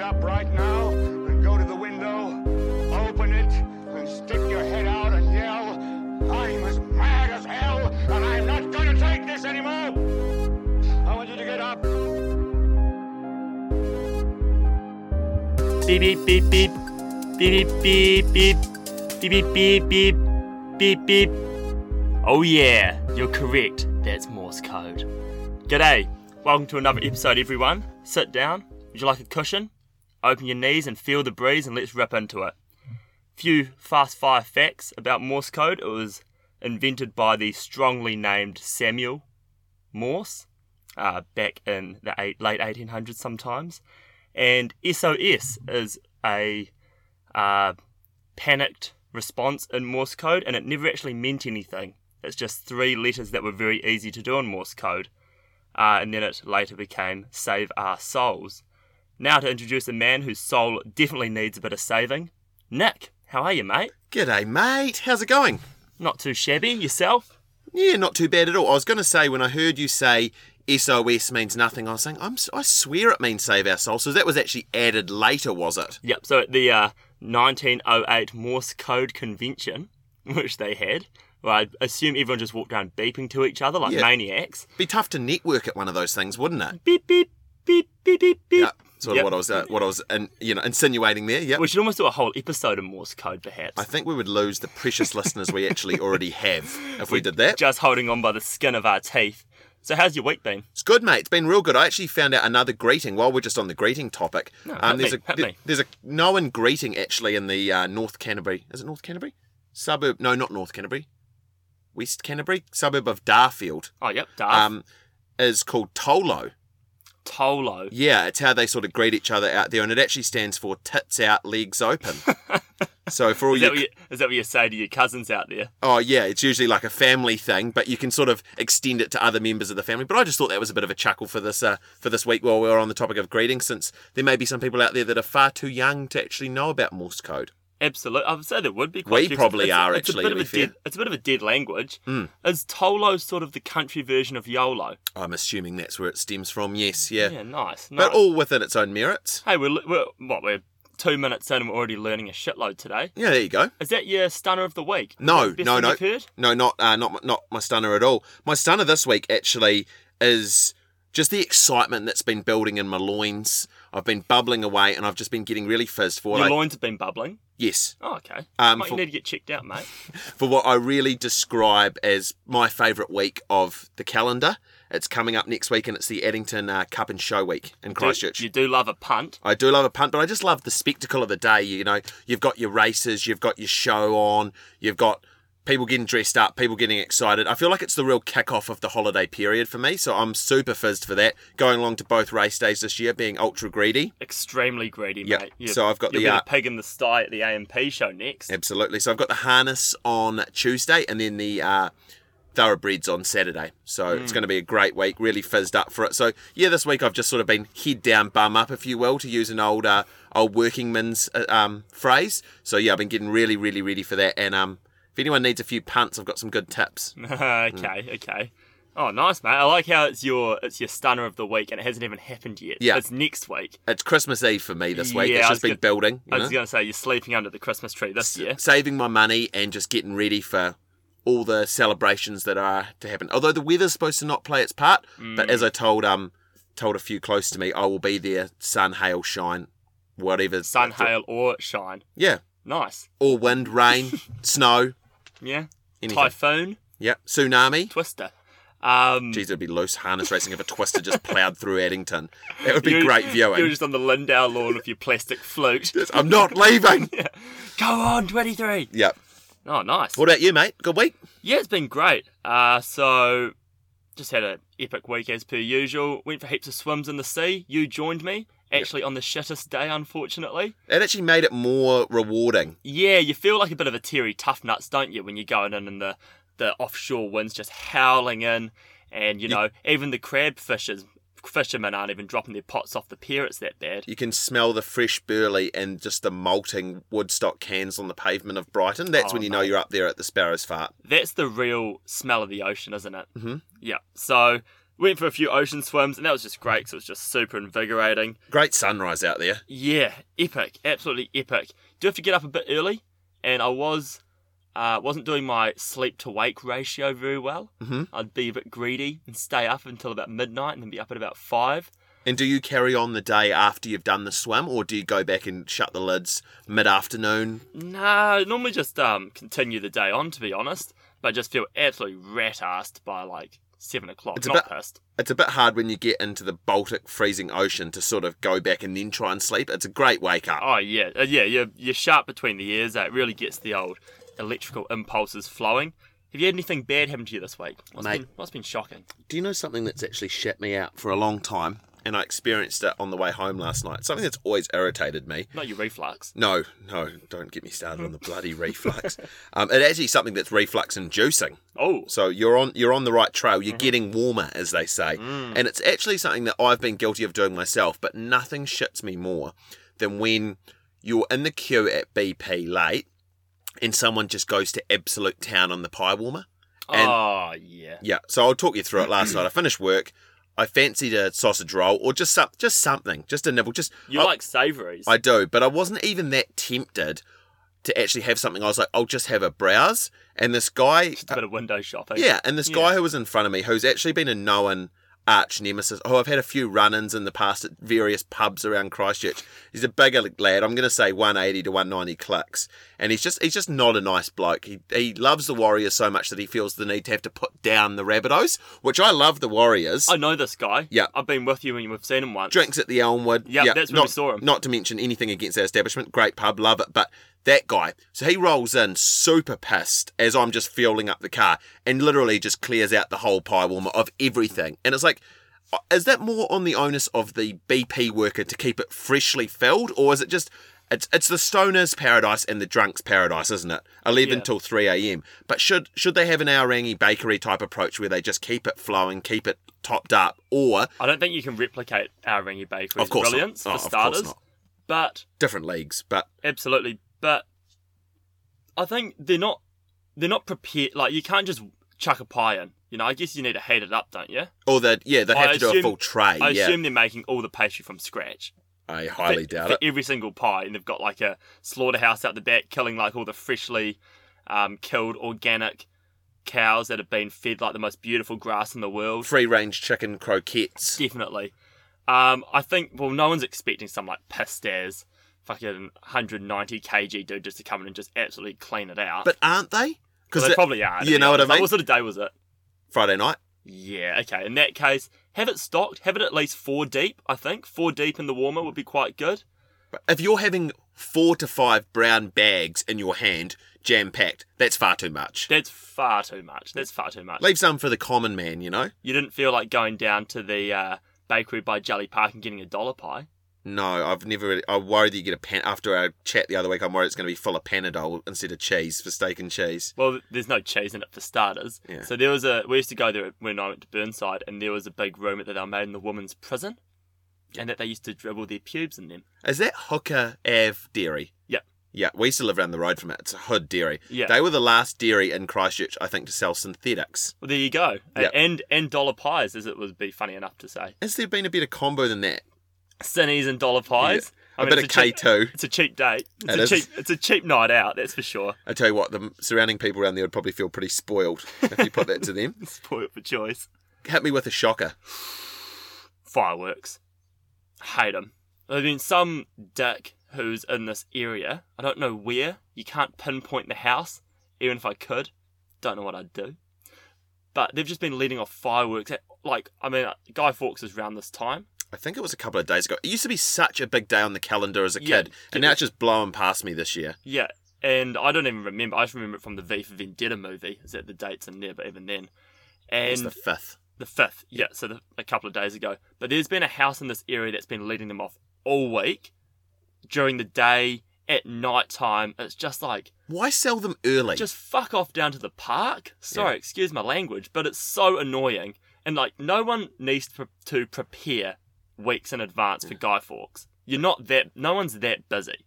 up right now and go to the window, open it, and stick your head out and yell, I'm as mad as hell, and I'm not gonna take this anymore! I want you to get up. Beep beep beep beep. Beep beep beep beep. Beep beep beep beep. Beep beep. Oh yeah, you're correct. That's Morse code. G'day. Welcome to another episode, everyone. Sit down. Would you like a cushion? Open your knees and feel the breeze, and let's rip into it. Few fast fire facts about Morse code. It was invented by the strongly named Samuel Morse uh, back in the eight, late 1800s, sometimes and SOS is a uh, panicked response in Morse code, and it never actually meant anything. It's just three letters that were very easy to do in Morse code, uh, and then it later became Save Our Souls. Now to introduce a man whose soul definitely needs a bit of saving, Nick. How are you, mate? G'day, mate. How's it going? Not too shabby yourself. Yeah, not too bad at all. I was going to say when I heard you say SOS means nothing, I was saying I'm, s- I swear it means save our souls. So that was actually added later, was it? Yep. So at the uh, 1908 Morse code convention, which they had, well, I assume everyone just walked around beeping to each other like Yeah. maniacs. Be tough to network at one of those things, wouldn't it? beep beep beep beep beep beep. Yeah, sort of Yep. what I was uh, what I was in, you know insinuating there. Yeah, We should almost do a whole episode of Morse code, perhaps. I think we would lose the precious listeners we actually already have if we did that. Just holding on by the skin of our teeth. So how's your week been? It's good, mate. It's been real good. I actually found out another greeting while we're just on the greeting topic. Um, hit there's Oh, me, a hit me. there's a known greeting actually in the uh, North Canterbury. Is it North Canterbury? Suburb? No, not North Canterbury. West Canterbury, suburb of Darfield, Oh yep, Darth. um, is called Tolo. Tolo. Yeah, it's how they sort of greet each other out there, and it actually stands for tits out, legs open. so for all Is that, you, what you, is that what you say to your cousins out there? oh yeah, it's usually like a family thing, but you can sort of extend it to other members of the family. But I just thought that was a bit of a chuckle for this uh, for this week while we were on the topic of greetings, since there may be some people out there that are far too young to actually know about Morse code. Absolutely. I would say there would be. We few- probably it's- are, it's a actually, bit to of be a fair. Mm. dead, It's a bit of a dead language. Is Tolo sort of the country version of YOLO? I'm assuming that's where it stems from. Yes, yeah, Yeah, nice. nice. but all within its own merits. hey, we're, we're what we're two minutes in and we're already learning a shitload today. Yeah, there you go. Is that your stunner of the week? No, Best no, thing no, you've heard? no, not uh, not my- not my stunner at all. My stunner this week actually is just the excitement that's been building in my loins. I've been bubbling away, and I've just been getting really fizzed for Your it. loins have been bubbling. yes, Oh, okay. Um, Might for- need to get checked out, mate. for what I really describe as my favourite week of the calendar. It's coming up next week, and it's the Addington uh, Cup and Show Week in Christchurch. Do, you do love a punt. I do love a punt, but I just love the spectacle of the day. You know, you've got your races, you've got your show on, you've got people getting dressed up, people getting excited. I feel like it's the real kick-off of the holiday period for me, so I'm super fizzed for that. Going along to both race days this year, being ultra greedy. Extremely greedy, Yeah, mate. so I've got you'll the, be uh, the pig in the sty at the AMP show next. Absolutely. So I've got the harness on Tuesday and then the uh, thoroughbreds on Saturday. So Hmm. it's going to be a great week. Really fizzed up for it. So yeah, this week I've just sort of been head down, bum up, if you will, to use an old uh, old working man's uh, um, phrase. So yeah, I've been getting really, really ready for that. And um, if anyone needs a few punts, I've got some good tips. okay, Mm. okay. Oh, nice, mate. I like how it's your it's your stunner of the week, and it hasn't even happened yet. Yeah. it's next week. It's Christmas Eve for me this week. Yeah, it's I just was been gonna- building. you I was know? gonna say you're sleeping under the Christmas tree this year. saving my money and just getting ready for all the celebrations that are to happen. Although the weather's supposed to not play its part, Mm. but as I told um told a few close to me, I will be there. Sun, hail, shine, whatever. Sun, hail, or shine. Yeah, Nice. or wind, rain, snow, Yeah. anything. Typhoon, Yeah, tsunami. twister. Um, Geez, it'd be loose harness racing if a twister just ploughed through Addington. That would be you- great You're viewing. just on the Lindau lawn with your plastic flute. I'm not leaving. Go on, 23. yeah. Oh, nice. What about you, mate? Good week. Yeah, it's been great. Uh, so, just had an epic week as per usual. Went for heaps of swims in the sea. You joined me, actually on the shittest day, unfortunately. It actually made it more rewarding. Yeah, you feel like a bit of a teary tough nuts, don't you, when you're going in and the, the offshore winds just howling in. And, you know, even the crab fishers, fishermen aren't even dropping their pots off the pier. It's that bad. You can smell the fresh burley and just the molting Woodstock cans on the pavement of Brighton. That's Oh, when you know you're up there at the Sparrow's Fart. That's the real smell of the ocean, isn't it? Mhm. Yeah. So Went for a few ocean swims, and that was just great because it was just super invigorating. Great sunrise out there. Yeah, epic, absolutely epic. Do have to get up a bit early, and I was uh, wasn't doing my sleep to wake ratio very well. Mhm. I'd be a bit greedy and stay up until about midnight, and then be up at about five. And do you carry on the day after you've done the swim, or do you go back and shut the lids mid afternoon? Nah, normally just um continue the day on to be honest, but I just feel absolutely rat assed by like seven o'clock. It's a Not bit- pissed. It's a bit hard when you get into the Baltic freezing ocean to sort of go back and then try and sleep. It's a great wake up. Oh yeah, uh, yeah, you're you're sharp between the ears. That really gets the old electrical impulses flowing. Have you had anything bad happen to you this week? What's Mate. been what's been shocking? Do you know something that's actually shut me out for a long time? And I experienced it on the way home last night. Something that's always irritated me. Not your reflux. No, no, don't get me started on the bloody reflux. Um, it's actually something that's reflux inducing. Oh, So you're on you're on the right trail. You're getting warmer, as they say, and it's actually something that I've been guilty of doing myself. But nothing shits me more than when you're in the queue at BP late, and someone just goes to absolute town on the pie warmer. And- oh yeah. Yeah, so I'll talk you through it. Last night I finished work. I fancied a sausage roll or just some, just something, just a nibble, just You I- like savouries. I do, but I wasn't even that tempted to actually have something. I was like, I'll just have a browse. And this guy, Just a bit of window shopping. yeah, and this Yeah. guy who was in front of me, who's actually been a known arch nemesis, who I've had a few run ins in the past at various pubs around Christchurch. He's a bigger lad. I'm going to say 180 to 190 clicks. And he's just he's just not a nice bloke. He, he loves the Warriors so much that he feels the need to have to put down the Rabbitohs, which I love the Warriors. I know this guy. Yeah. I've been with you when you've seen him once. Drinks at the Elmwood. Yeah, that's where not, we saw him. Not to mention anything against our establishment. Great pub, love it. But that guy, so he rolls in super pissed as I'm just fueling up the car and literally just clears out the whole pie warmer of everything. And it's like, uh, is that more on the onus of the BP worker to keep it freshly filled, or is it just. It's, it's the stoner's paradise and the drunk's paradise, isn't it? 11 Yeah. till 3 a.m. But should should they have an Aorangi bakery type approach where they just keep it flowing, keep it topped up, or I don't think you can replicate our Rangy Bakery's Of course not. brilliance Oh, of for course starters. not. But different leagues, but absolutely. But I think they're not they're not prepared. Like you can't just chuck a pie in. You know, I guess you need to heat it up, don't you? Or that, yeah, they'd I have to do a assume- full tray. I yeah, assume they're making all the pastry from scratch. I highly for, doubt for it. every single pie, and they've got like a slaughterhouse out the back, killing like all the freshly um, killed organic cows that have been fed like the most beautiful grass in the world. Free range chicken croquettes. Definitely. Um, I think, well, no one's expecting some like pistas, fucking 190 kg dude just to come in and just absolutely clean it out. But aren't they? Well, Because they probably are. to you be know what I honest. Like, mean? what sort of day was it? Friday night. Yeah, okay. In that case, have it stocked, have it at least four deep, I think. Four deep in the warmer would be quite good. But if you're having four to five brown bags in your hand, jam packed, that's far too much. That's far too much. That's far too much. Leave some for the common man, you know? You didn't feel like going down to the uh, bakery by Jelly Park and getting a dollar pie. No, I've never really. I'm worried that you get a pan. After our chat the other week, I'm worried it's going to be full of Panadol instead of cheese for steak and cheese. Well, there's no cheese in it for starters. Yeah. So there was a. We used to go there when I went to Burnside, and there was a big room that they made in the women's prison, and that they used to dribble their pubes in them. Is that Hooker Ave Dairy? Yep. Yeah, we used to live around the road from it. It's a Hood Dairy. Yeah. They were the last dairy in Christchurch, I think, to sell synthetics. Well, there you go. A- Yeah. And and dollar pies, as it would be funny enough to say, Has there been a better combo than that? Cinnies and dollar pies. A bit of it's a K cheap- two. It's a cheap date. It's It a is. cheap. It's a cheap night out. That's for sure. I tell you what, the surrounding people around there would probably feel pretty spoiled if you put that to them. Spoiled for choice. Hit me with a shocker. fireworks. Hate them. There's been some dick who's in this area. I don't know where. You can't pinpoint the house. Even if I could, don't know what I'd do. But they've just been letting off fireworks. At, like, I mean, uh, Guy Fawkes is round this time. I think it was a couple of days ago. It used to be such a big day on the calendar as a Yeah, kid, and now it's just blowing past me this year. Yeah, and I don't even remember. I just remember it from the V for Vendetta movie. Is that the dates in there? But even then, and It's the fifth. The fifth, yeah, so the, a couple of days ago. But there's been a house in this area that's been leading them off all week, during the day, at night time. It's just like, Why sell them early? just fuck off down to the park. Sorry, excuse my language, but it's so annoying. And like, no one needs to, to prepare weeks in advance for Guy Fawkes. You're not that, no one's that busy.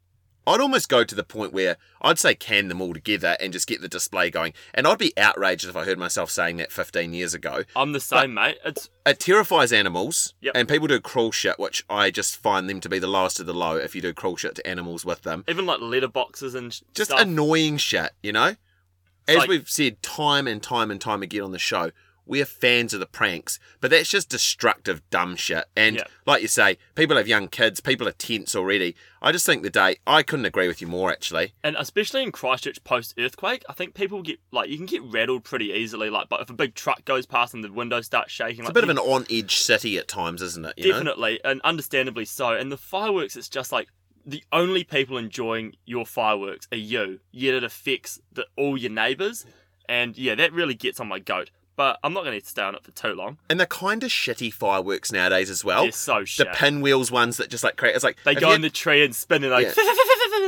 I'd almost go to the point where I'd say can them all together and just get the display going. And I'd be outraged if I heard myself saying that 15 years ago. I'm the same, mate. It's It terrifies animals, Yep. and people do cruel shit, which I just find them to be the lowest of the low if you do cruel shit to animals with them. even like letterboxes and sh- Just stuff. annoying shit, you know? As like- we've said time and time and time again on the show, we are fans of the pranks, but that's just destructive, dumb shit. And Yeah. like you say, people have young kids, people are tense already. I just think the day, I couldn't agree with you more actually. and especially in Christchurch post earthquake, I think people get like you can get rattled pretty easily. Like, but if a big truck goes past and the windows start shaking, It's like a bit of you- an on edge city at times, isn't it? You know? definitely and understandably so. And the fireworks, it's just like the only people enjoying your fireworks are you. Yet it affects the, all your neighbours, and yeah, that really gets on my goat. But I'm not going to stay on it for too long. And they're kind of shitty fireworks nowadays as well. They're so Oh, the shit. pinwheels ones that just like create. It's like they if go you- in the tree and spin and like Yeah.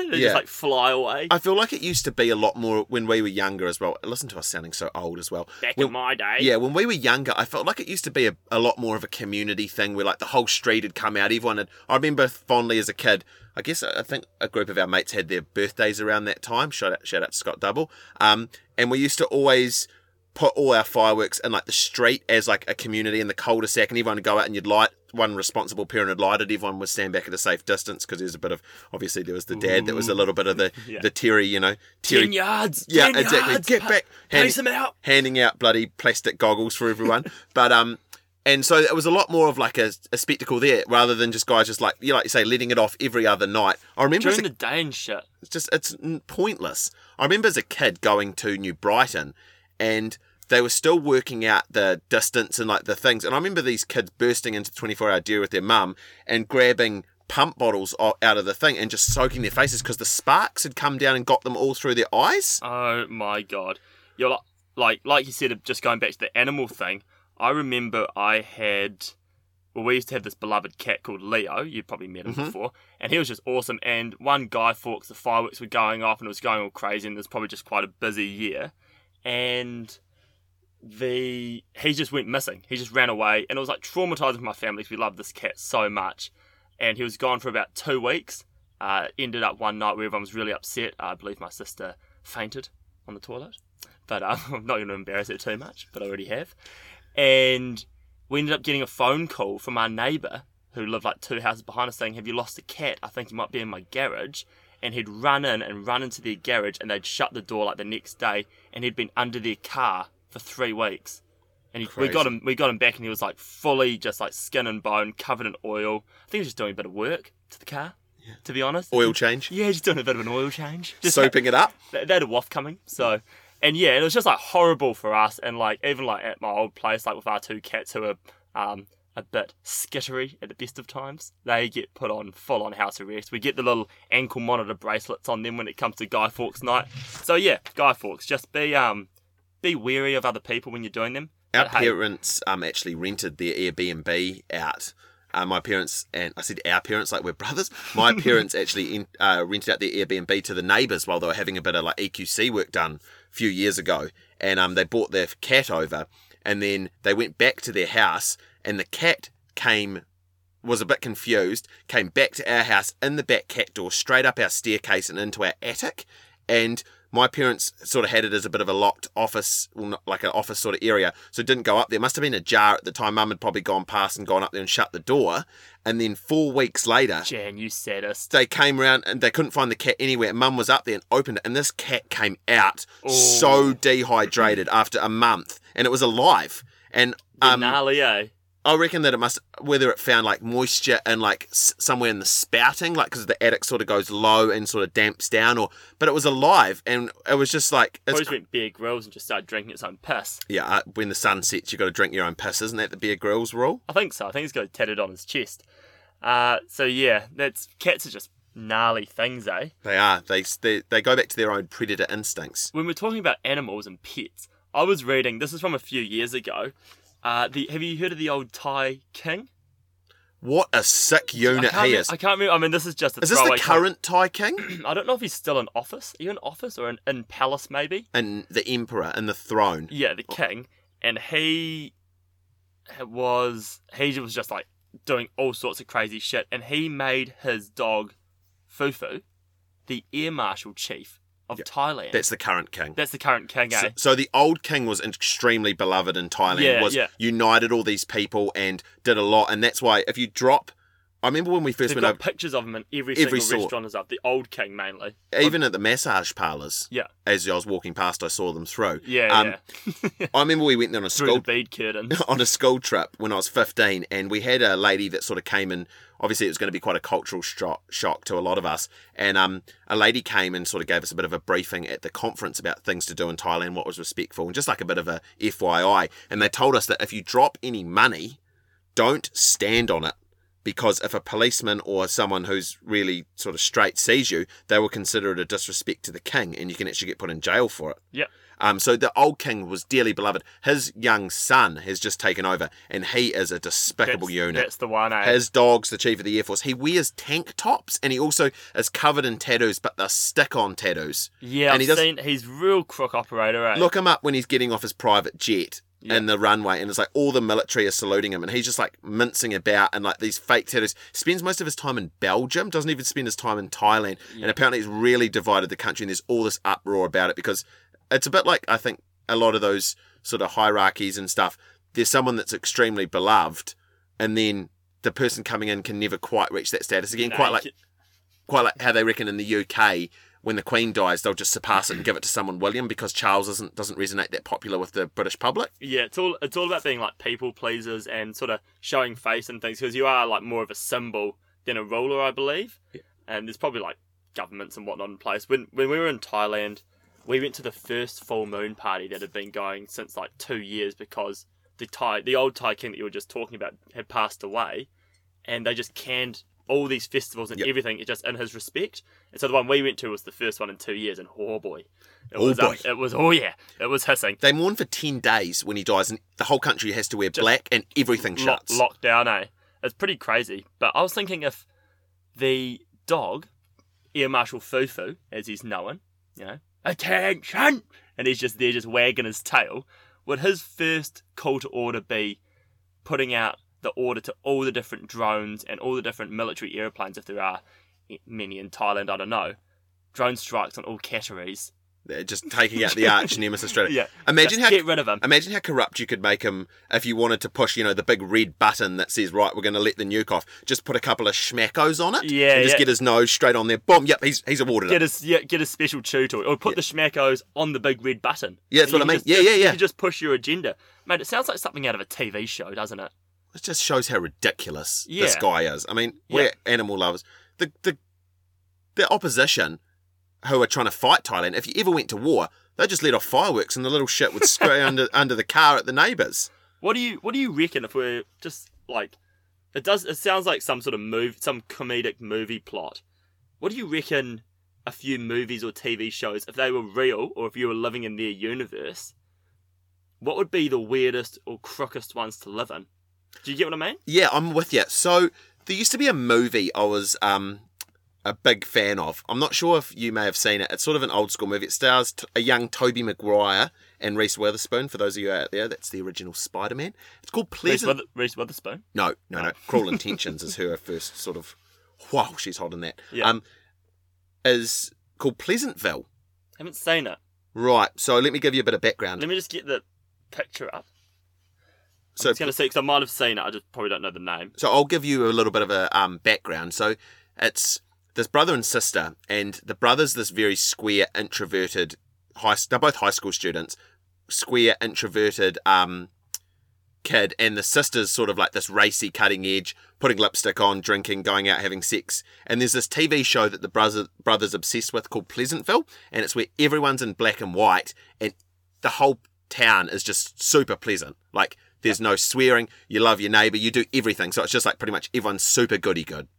they Yeah. just like fly away. I feel like it used to be a lot more when we were younger as well. Listen to us sounding so old as well. Back When- in my day, Yeah, when we were younger, I felt like it used to be a, a lot more of a community thing where like the whole street had come out. Everyone had. I remember fondly as a kid. I guess I think a group of our mates had their birthdays around that time. Shout out, shout out to Scott Double. Um, and we used to always put all our fireworks in like the street as like a community in the cul-de-sac, and everyone would go out and you'd light. One responsible parent would light it. Everyone would stand back at a safe distance because there's a bit of obviously there was the dad that was a little bit of the Yeah. the Terry, you know, Terry ten yards. yeah, 10 exactly. yards, Get pa- back. Pace them out. handing out bloody plastic goggles for everyone. but um, and so it was a lot more of like a, a spectacle there rather than just guys just like you know, like you say letting it off every other night. I remember as during a, the day and shit. it's just it's n- pointless. I remember as a kid going to New Brighton, and they were still working out the distance and like the things. And I remember these kids bursting into twenty four hour dairy with their mum and grabbing pump bottles o- out of the thing and just soaking their faces because the sparks had come down and got them all through their eyes. Oh my god! You're like, like, like you said, just going back to the animal thing. I remember I had, well, we used to have this beloved cat called Leo. You probably met him before, and he was just awesome. And one guy thought the fireworks were going off, and it was going all crazy, and it was probably just quite a busy year. And the he just went missing. He just ran away, and it was like traumatizing for my family because we loved this cat so much. And he was gone for about two weeks. Uh, ended up one night where everyone was really upset. I believe my sister fainted on the toilet, but um, I'm not going to embarrass her too much. But I already have. And we ended up getting a phone call from our neighbour who lived like two houses behind us saying, "Have you lost a cat? I think he might be in my garage." And he'd run in and run into their garage, and they'd shut the door like the next day, and he'd been under their car for three weeks. And he, we got Crazy. him, we got him back, and he was like fully just like skin and bone, covered in oil. I think he was just doing a bit of work to the car, to be honest. Oil change. Yeah, just doing a bit of an oil change. Just soaping it up. they, they had a waft coming. So, and yeah, it was just like horrible for us. And like even like at my old place, like with our two cats who are um, a bit skittery at the best of times, they get put on full on house arrest. We get the little ankle monitor bracelets on them when it comes to Guy Fawkes night. So yeah, Guy Fawkes, just be um be wary of other people when you're doing them. Our But hey, parents um actually rented their Airbnb out. Uh, my parents and I said our parents like we're brothers. My parents actually in, uh, rented out their Airbnb to the neighbours while they were having a bit of like EQC work done a few years ago, and um they brought their cat over, and then they went back to their house, and the cat came was a bit confused, came back to our house in the back cat door, straight up our staircase and into our attic. And my parents sort of had it as a bit of a locked office, well, not like an office sort of area, so it didn't go up there. Must have been a jar at the time. Mum had probably gone past and gone up there and shut the door. And then four weeks later, Jan, you sadist. they came round and they couldn't find the cat anywhere. Mum was up there and opened it, and this cat came out so dehydrated after a month, and it was alive. And um, Gnarly, eh? I reckon that it must whether it found like moisture and like s- somewhere in the spouting, like because the attic sort of goes low and sort of damps down, or but it was alive and it was just like Or it's, just went beer grills and just started drinking its own piss. yeah. uh, When the sun sets, you got to drink your own piss, isn't that the Bear Grylls rule? I think so. I think he's got it tatted on his chest. Uh, so yeah, that's cats are just gnarly things, eh? They are. They s- they, they go back to their own predator instincts. When we're talking about animals and pets, I was reading. This is from a few years ago. Uh, the have you heard of the old Thai king? What a sick I unit can't, he re- is. I can't remember. I mean, this is just a Is this the throwaway com- current Thai king I don't know if he's still in office. Are you in office or in, in palace maybe? and the emperor and the throne? Yeah, the king, and he was he was just like doing all sorts of crazy shit, and he made his dog Fufu, the Air Marshal Chief of Thailand. That's the current king. That's the current king, eh? So, so the old king was extremely beloved in Thailand. Yeah, was yeah. united all these people and did a lot, and that's why if you drop, I remember when we 1st They've went got over, pictures of him in every, single Every sort. restaurant is up. The old king mainly. even at the massage parlors. Yeah. As I was walking past, I saw them through. Yeah, Um, yeah. I remember we went on a Through the school bead curtain. on a school trip when I was 15, and we had a lady that sort of came and obviously it was going to be quite a cultural shock, shock to a lot of us. And um, a lady came and sort of gave us a bit of a briefing at the conference about things to do in Thailand, what was respectful, and just like a bit of a FYI. And they told us that if you drop any money, don't stand on it. Because if a policeman or someone who's really sort of straight sees you, they will consider it a disrespect to the king and you can actually get put in jail for it. yeah. Um, so the old king was dearly beloved. His young son has just taken over, and he is a despicable That's, unit. that's the one, eh? His dog's the chief of the air force. He wears tank tops, and he also is covered in tattoos, but they're stick-on tattoos. yeah, and I've he doesn't- seen he's real crook operator, eh? Look him up when he's getting off his private jet in the runway, and it's like all the military are saluting him, and he's just like mincing about and like these fake tattoos. Spends most of his time in Belgium, doesn't even spend his time in Thailand, and apparently it's really divided the country, and there's all this uproar about it because it's a bit like I think a lot of those sort of hierarchies and stuff. There's someone that's extremely beloved, and then the person coming in can never quite reach that status again. Nah, quite you like can- quite like how they reckon in the UK when the Queen dies, they'll just surpass it and give it to someone William because Charles isn't doesn't resonate that popular with the British public. Yeah, it's all it's all about being like people pleasers and sort of showing face and things because you are like more of a symbol than a ruler, I believe. And there's probably like governments and whatnot in place. When when we were in Thailand, we went to the first full moon party that had been going since like two years because the Thai the old Thai king that you were just talking about had passed away, and they just canned all these festivals and Yep. everything just in his respect. And so the one we went to was the first one in two years, and oh boy, it Oh was um, boy. it was oh yeah, it was hissing. They mourn for ten days when he dies, and the whole country has to wear black, and everything lo- shuts. lockdown, eh? It's pretty crazy. But I was thinking if the dog, Air Marshal Fufu, as he's known, you know, attention, and he's just there, just wagging his tail, would his first call to order be putting out the order to all the different drones and all the different military airplanes, if there are many in Thailand, I don't know, drone strikes on all categories? They're just taking out the arch nemesis. Straight. Yeah. Imagine just how get rid of him. Imagine how corrupt you could make him if you wanted to push, you know, the big red button that says, right, we're going to let the nuke off. Just put a couple of schmackos on it. Yeah, And just yeah. get his nose straight on there. Boom. Yep, he's, he's awarded get it. a yeah, get a special chew to it, or put the schmackos on the big red button. Yeah, that's And what you I can mean. just- Yeah, yeah, You yeah. can just push your agenda, mate. It sounds like something out of a TV show, doesn't it? It just shows how ridiculous this Yeah. guy is. I mean, we're Yeah. animal lovers. The, the, the opposition who are trying to fight Thailand, if you ever went to war, they just let off fireworks and the little shit would spray under, under the car at the neighbours. What do you What do you reckon if we're just like it does? It sounds like some sort of move, some comedic movie plot. What do you reckon? A few movies or TV shows, if they were real, or if you were living in their universe, what would be the weirdest or crookest ones to live in? Do you get what I mean? Yeah, I'm with you. So there used to be a movie I was um, a big fan of. I'm not sure if you may have seen it. It's sort of an old school movie. It stars t- a young Toby Maguire and Reese Witherspoon. For those of you out there, that's the original Spider-Man. It's called Reese, Pleasant. Wither- Reese Witherspoon. No, no, no. Cruel Intentions is her first sort of. Wow, she's hot in that. Yeah. Um, is called Pleasantville. Haven't seen it. Right. So let me give you a bit of background. Let me just get the picture up. so It's gonna say because I might have seen it. I just probably don't know the name. So I'll give you a little bit of a um, background. So it's this brother and sister, and the brother's this very square, introverted. High, they're both high school students, square, introverted um, kid, and the sister's sort of like this racy, cutting edge, putting lipstick on, drinking, going out, having sex. And there's this TV show that the brother brother's obsessed with called Pleasantville, and it's where everyone's in black and white, and the whole town is just super pleasant. Like there's no swearing. You love your neighbour. You do everything. So it's just like pretty much everyone's super goody good,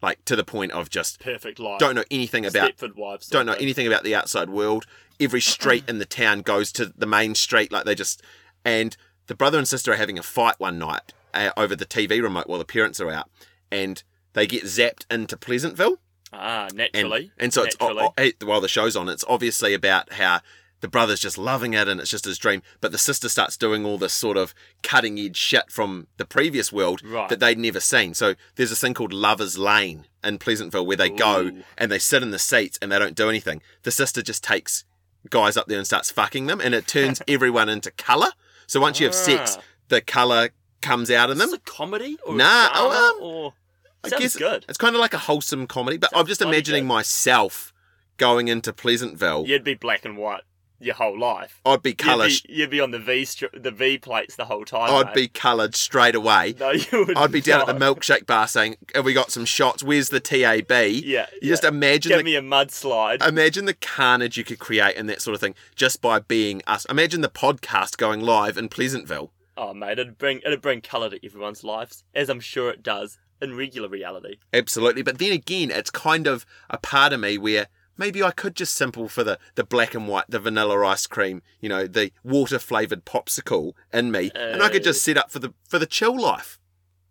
like to the point of just Perfect life. don't know anything about Stepford Wives. don't know anything about the outside world. Every street in the town goes to the main street. Like they just and the brother and sister are having a fight one night uh, over the TV remote while the parents are out, and they get zapped into Pleasantville. Ah, And, naturally. and so it's o- naturally. o- eh, while the show's on, it's obviously about how the brother's just loving it and it's just his dream. But the sister starts doing all this sort of cutting edge shit from the previous world Right. that they'd never seen. So there's this thing called Lover's Lane in Pleasantville where they go and they sit in the seats and they don't do anything. The sister just takes guys up there and starts fucking them and it turns everyone into colour. So once you have sex, Ah. the colour comes out in Is them. this a comedy or Nah, a drama oh, um, or I sounds guess good. It's kind of like a wholesome comedy, but I'm just bloody imagining good. myself going into Pleasantville. You'd be black and white your whole life. I'd be You'd coloured. be, you'd be on the V stri- the V plates the whole time. I'd mate. be coloured straight away. No, you would. I'd be down at not. the milkshake bar saying, "Have we got some shots? Where's the TAB?" Yeah, You just yeah. imagine Give the Uh, me a mudslide. imagine the carnage you could create and that sort of thing just by being us. Imagine the podcast going live in Pleasantville. oh, mate, it'd bring it'd bring colour to everyone's lives, as I'm sure it does in regular reality. Absolutely. But then again, it's kind of a part of me where maybe I could just simple for the, the black and white, the vanilla ice cream, you know, the water flavoured popsicle in me. and I could Uh. just set up for the for the chill life.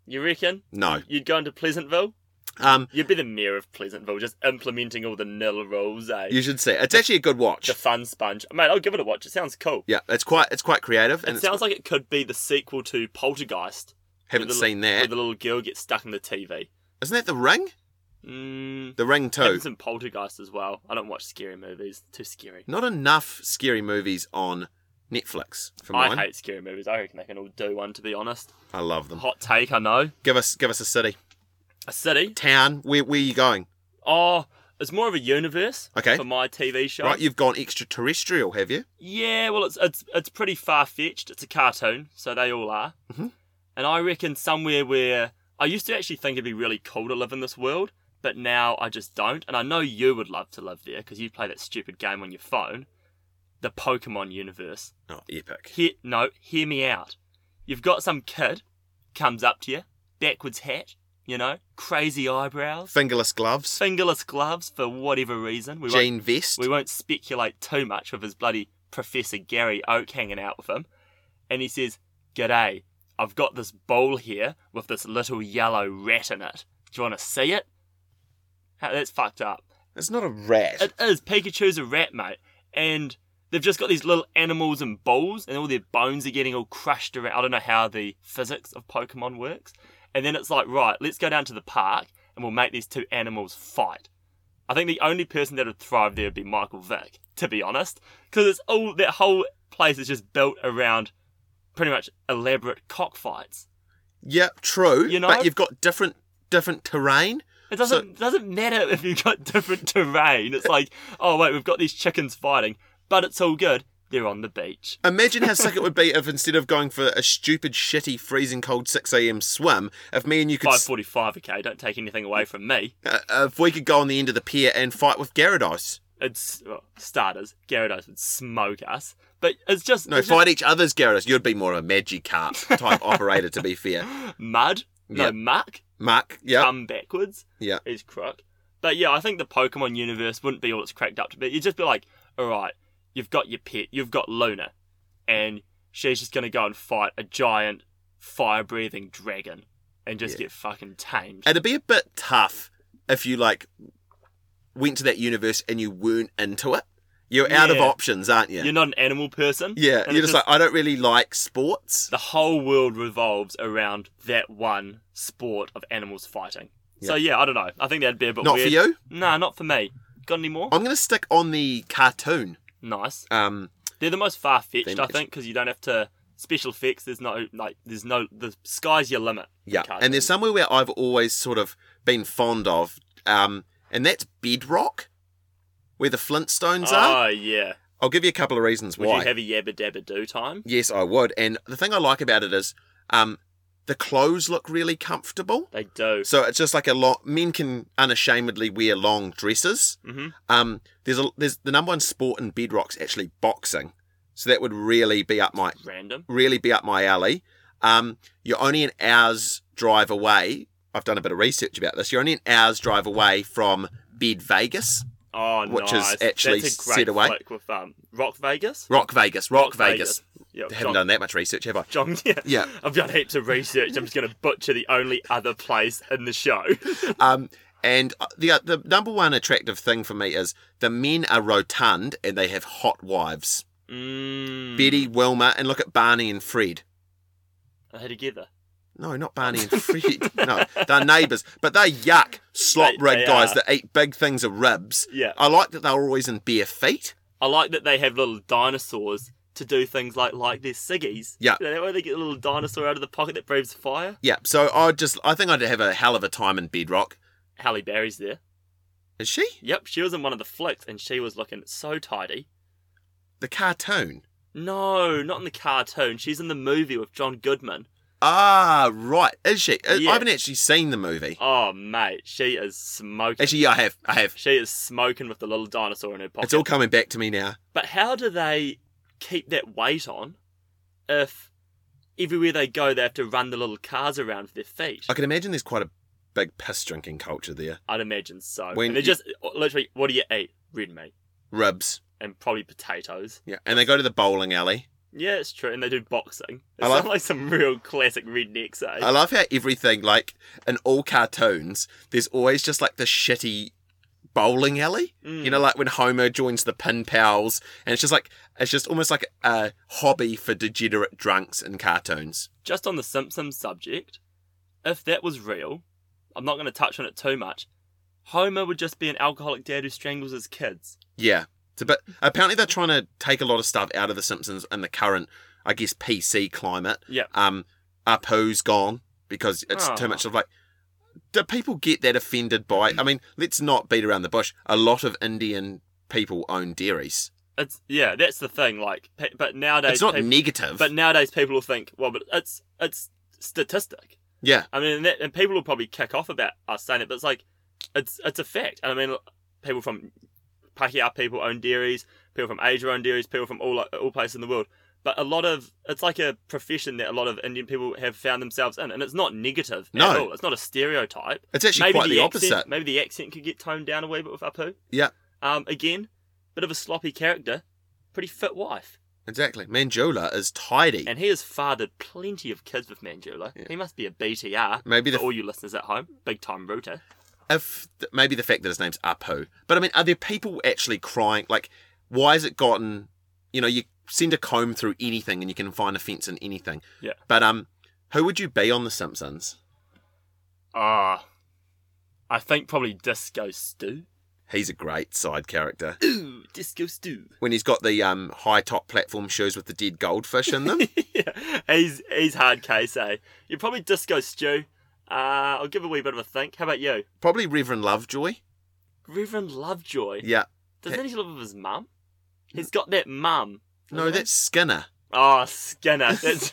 You reckon? No. You'd go into Pleasantville. Um You'd be the mayor of Pleasantville, just implementing all the nil rules. Eh? you should see. It's actually a good watch. the fun sponge, mate. I'll give it a watch. It sounds cool. Yeah, it's quite it's quite creative and It it's, sounds like it could be the sequel to Poltergeist. haven't where the li- seen Where that. the little girl gets stuck in the TV. Isn't that the ring? Mm, The ring too. happens in Poltergeist as well. I don't watch scary movies. Too scary. Not enough scary movies on Netflix for I mine. hate scary movies. I reckon they can all do one, to be honest. I love them. Hot take, I know. Give us give us a city. A city. Town. Where where are you going? Oh, it's more of a universe Okay. for my TV show. Right, you've gone extraterrestrial, have you? Yeah, well, it's it's it's pretty far fetched. It's a cartoon, so they all are. Mhm. And I reckon somewhere where I used to actually think it'd be really cool to live in this world, but now I just don't. And I know you would love to live there because you play that stupid game on your phone, the Pokemon universe. Oh, epic. He, no, hear me out. You've got some kid comes up to you, backwards hat, you know, crazy eyebrows, Fingerless gloves, fingerless gloves for whatever reason. We won't- jean vest. we won't speculate too much with his bloody Professor Gary Oak hanging out with him. And he says, G'day, I've got this bowl here with this little yellow rat in it. Do you want to see it? How- That's fucked up. It's not a rat. It is. Pikachu's a rat, mate. And they've just got these little animals and balls, and all their bones are getting all crushed around. I don't know how the physics of Pokemon works. And then it's like, right, let's go down to the park and we'll make these two animals fight. I think the only person that would thrive there would be Michael Vick, to be honest, because it's all that whole place is just built around pretty much elaborate cockfights. yeah, true. You know- but you've got different different terrain. It doesn't it doesn't matter if you've got different terrain. It's like, oh wait, we've got these chickens fighting, but it's all good. They're on the beach. Imagine how sick it would be if instead of going for a stupid, shitty, freezing cold 6 a.m. swim, if me and you could, Five s- forty-five. Okay, don't take anything away from me. uh, uh, if we could go on the end of the pier and fight with Gyarados. It's well, starters. Gyarados would smoke us, but it's just No, it's just fight each other's Gyarados. You'd be more of a Magikarp type operator, to be fair. mud. No Yeah. muck. Mark, yeah, Come backwards. yeah. is crook. But yeah, I think the Pokemon universe wouldn't be all it's cracked up to be. You'd just be like, all right, you've got your pet, you've got Luna, and she's just going to go and fight a giant fire breathing dragon and just get fucking tamed. It'd be a bit tough if you like went to that universe and you weren't into it. You're out of Yeah. options, aren't you? You're not an animal person. yeah, and you're it's just like I don't really like sports. the whole world revolves around that one sport of animals fighting. So yeah, I don't know. I think that'd be a bit Not weird. for you. Nah, not for me. Got any more? I'm gonna stick on the cartoon. nice. Um, They're the most far fetched, They're I nice. think, because you don't have to special effects. There's no like, there's no the sky's your limit. yeah, and there's somewhere where I've always sort of been fond of, um, and that's Bedrock, where the Flintstones are. Oh yeah. I'll give you a couple of reasons Would why. you have a yabba dabba do time? Yes, I would. And the thing I like about it is um, the clothes look really comfortable. They do. So it's just like a lot. Men can unashamedly wear long dresses. Mhm. Um, there's a there's the number one sport in Bedrock's actually boxing, so that would really be up my Random. really be up my alley. Um, you're only an hour's drive away. I've done a bit of research about this. You're only an hour's drive away from Bed Vegas, Oh, Which is nice. actually That's a great set away. flick with um, Rock Vegas. Rock Vegas, Rock, Vegas. Yeah, I John- haven't done that much research, have I? John, yeah. Yeah. I've done heaps of research. I'm just going to butcher the only other place in the show. Um, And uh, the the number one attractive thing for me is the men are rotund and they have hot wives. Mm, Betty, Wilma, and look at Barney and Fred. are they together? No, not Barney and Fred. no, they're neighbours, but they're yuck, slop They- rig they guys are. that eat big things of ribs. Yeah. I like that they were always in bare feet. I like that they have little dinosaurs to do things like like their ciggies. Yeah. You know, that way they get a little dinosaur out of the pocket that breathes fire. Yeah, so I just I think I'd have a hell of a time in Bedrock. Halle Berry's there. Is she Yep, she was in one of the flicks and she was looking so tidy. the cartoon? No, not in the cartoon. She's in the movie with John Goodman. Ah, right. Is she? I- Yeah. I haven't actually seen the movie. Oh mate, she is smoking. Actually, yeah, I have. I have. She is smoking with the little dinosaur in her pocket. It's all coming back to me now. But how do they keep that weight on if everywhere they go they have to run the little cars around with their feet? I can imagine there's quite a big piss drinking culture there. I'd imagine so. When and they you- just uh, literally, what do you eat? Red meat Ribs. and probably potatoes. Yeah. And they go to the bowling alley. Yeah, it's true. And they do boxing. It's I love- not like some real classic rednecks, eh? I love how everything, like in all cartoons, there's always just like the shitty bowling alley. Mm. You know, like when Homer joins the pin pals, and it's just like it's just almost like a hobby for degenerate drunks in cartoons. just on the Simpsons subject, if that was real, I'm not going to touch on it too much. Homer would just be an alcoholic dad who strangles his kids. Yeah. It's a bit, apparently they're trying to take a lot of stuff out of The Simpsons in the current, I guess, PC climate. Yeah. Um, Apu's gone because it's Oh. too much of like. Do people get that offended by? I mean, let's not beat around the bush. A lot of Indian people own dairies. It's yeah, that's the thing. Like, pe- but nowadays, It's not peop- negative. but nowadays people will think, well, but it's it's statistic. yeah, I mean, and, that, and people will probably kick off about us saying it, but it's like, it's it's a fact. And I mean, people from Pakeha people own dairies, people from Asia own dairies, people from all all places in the world. But a lot of it's like a profession that a lot of Indian people have found themselves in, and it's not negative at No. all. It's not a stereotype. it's actually quite the, accent, opposite. Maybe the accent could get toned down a wee bit with Apu. Yeah, Um, again, bit of a sloppy character, pretty fit wife, exactly. Manjula is tidy. and he has fathered plenty of kids with Manjula. He must be a BTR. Maybe the- for all you listeners at home, big time rooter. if maybe the fact that his name's Apu, but I mean, are there people actually crying? Like, why has it gotten? You know, you send a comb through anything and you can find offence in anything. Yeah. But um, who would you be on The Simpsons? Ah, I think probably Disco Stew. He's a great side character Ooh, Disco Stew. when he's got the um high top platform shoes with the dead goldfish in them. yeah, he's he's hard case, eh? You're probably Disco Stew. Uh, I'll give a wee bit of a think. How about you, Probably Reverend Lovejoy. Reverend Lovejoy? Yeah. Doesn't he live with his mum? He's got that mum. No, that's Skinner. Oh, Skinner. That's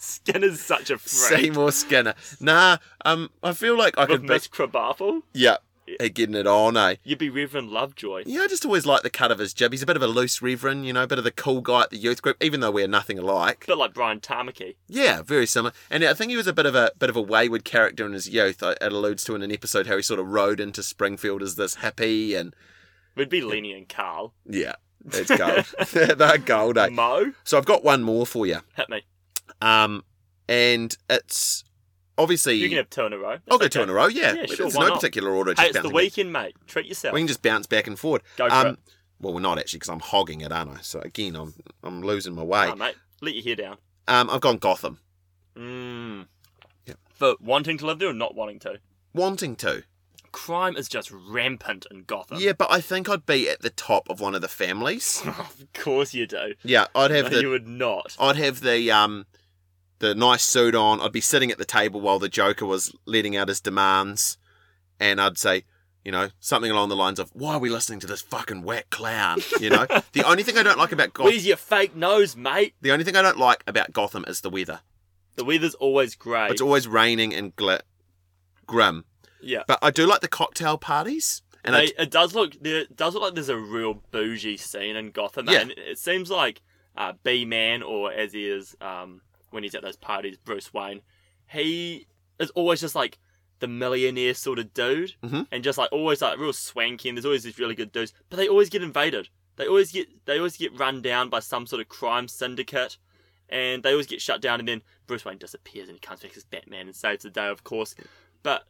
Skinner's such a freak. Seymour Skinner. Nah, um, I feel like I With could be. Miss Krabappel, Yeah, eh, getting it on, eh? you'd be Reverend Lovejoy. Yeah, I just always like the cut of his jib. He's a bit of a loose reverend, you know, a bit of the cool guy at the youth group, even though we're nothing alike. bit like Brian Tamaki. Yeah, very similar. And I think he was a bit of a bit of a wayward character in his youth. I- It alludes to in an episode how he sort of rode into Springfield as this hippie, and We'd be Lenny and Carl. yeah, it's gold. They're gold. Eh? Mo, So I've got one more for you, hit me. um, and it's obviously You can have two in a row. I'll go two in a row. Yeah, Yeah, it's sure, it's why no not? particular order. Hey, just it's the bouncing back. weekend, mate. Treat yourself. We can just bounce back and forward. Go Um, for it. Well, we're not actually because I'm hogging it, aren't I? So again, I'm I'm losing my way. Ah, mate, let your hair down. Um, I've gone Gotham. Mm. Yep. For wanting to live there or not wanting to. Wanting to. Crime is just rampant in Gotham. Yeah, but I think I'd be at the top of one of the families. of course you do. Yeah, I'd No, have you the would not. I'd have the um the nice suit on. I'd be sitting at the table while the Joker was letting out his demands, and I'd say, you know, something along the lines of, "Why are we listening to this fucking whack clown?" You know, the only thing I don't like about Gotham, Where's your fake nose, mate? the only thing I don't like about Gotham is the weather. The weather's always grey. It's always raining and gl- grim. yeah. But I do like the cocktail parties, and I They- it does look there it does look like there's a real bougie scene in Gotham, Yeah. and it seems like uh, B Man, or as he is um, when he's at those parties, Bruce Wayne, he is always just like the millionaire sort of dude, Mhm. and just like always like real swanky, and there's always these really good dudes, but they always get invaded. They always get they always get run down by some sort of crime syndicate, and they always get shut down. And then Bruce Wayne disappears, and he comes back as Batman and saves the day, of course. But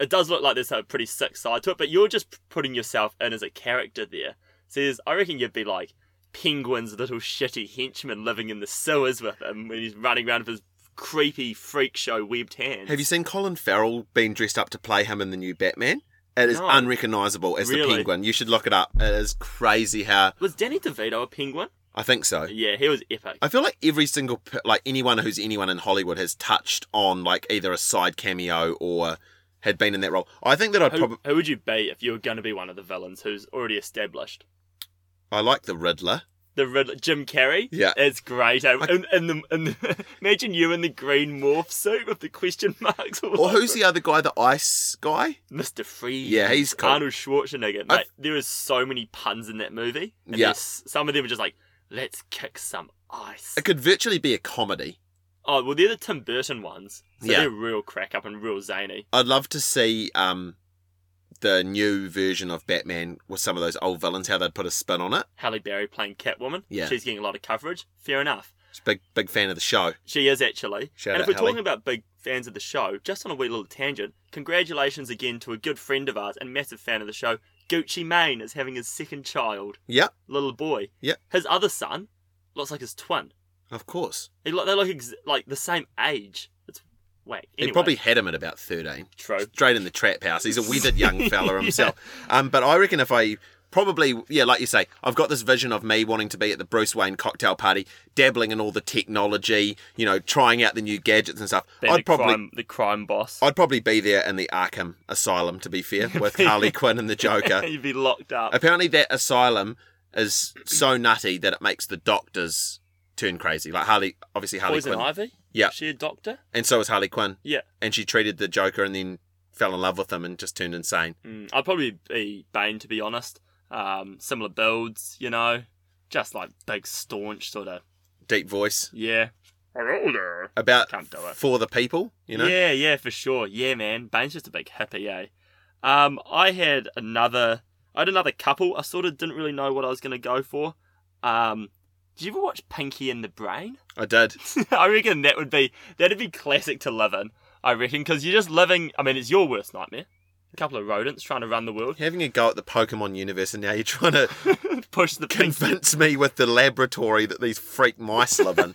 it does look like there's a pretty sick side to it, but you're just putting yourself in as a character there. Says, I reckon you'd be like Penguin's little shitty henchman living in the sewers with him when he's running around with his creepy freak show webbed hands. Have you seen Colin Farrell being dressed up to play him in the new Batman? It is No. unrecognizable as the Really? penguin. You should look it up. It is crazy how Was Danny DeVito a penguin? I think so. Yeah, he was epic. I feel like every single per- like anyone who's anyone in Hollywood has touched on like either a side cameo or had been in that role. I think that I'd Who, probably who would you be if you were going to be one of the villains who's already established? I like the Riddler. The Riddler, Jim Carrey. Yeah. it's great. And in, in the, in the, imagine you in the green morph suit with the question marks. all Or who's over the other guy? The ice guy? it. Mr. Freeze? Yeah, he's cool. Arnold Schwarzenegger. I- Mate, there is so many puns in that movie. And Yeah. there's- some of them are just like, let's kick some ice. It could virtually be a comedy. Oh well, they're the Tim Burton ones. So Yeah. they're real crack up and real zany. I'd love to see um the new version of Batman with some of those old villains, how they'd put a spin on it. Halle Berry playing Catwoman. Yeah. she's getting a lot of coverage. Fair enough. Just big big fan of the show. She is actually. Shout and out, if we're Hallie. talking about big fans of the show, just on a wee little tangent, congratulations again to a good friend of ours and massive fan of the show, Gucci Mane is having his second child, Yep, little boy. Yep. His other son looks like his twin. of course. They look, they look ex- like the same age. It's whack. Anyway, He probably had him at about thirteen. true. straight in the trap house. He's a withered young fella himself. Um, but I reckon if I probably, yeah, like you say, I've got this vision of me wanting to be at the Bruce Wayne cocktail party, dabbling in all the technology, you know, trying out the new gadgets and stuff. Being the I'd probably. crime, the crime boss. I'd probably be there in the Arkham Asylum, to be fair, with Harley Quinn and the Joker. You'd be locked up. Apparently, that asylum is so nutty that it makes the doctors turn crazy. Like Harley, obviously Harley Poison Quinn, Ivy. Yeah. Is she a doctor. and so is Harley Quinn, Yeah. and she treated the Joker and then fell in love with him and just turned insane. Mm, I'd probably be Bane to be honest. Um, similar builds, you know, just like big staunch sort of Deep voice. Yeah. Hello there. about Can't do it. for the people, you know? Yeah, yeah, for sure. Yeah, man. Bane's just a big hippie, eh? Um, I had another I had another couple. I sort of didn't really know what I was gonna go for. Um did you ever watch Pinky and the Brain? I did. I reckon that would be that'd be classic to live in. I reckon because you're just living. I mean, it's your worst nightmare. A couple of rodents trying to run the world. Having a go at the Pokemon universe, and now you're trying to Push the pink convince me with the laboratory that these freak mice live in.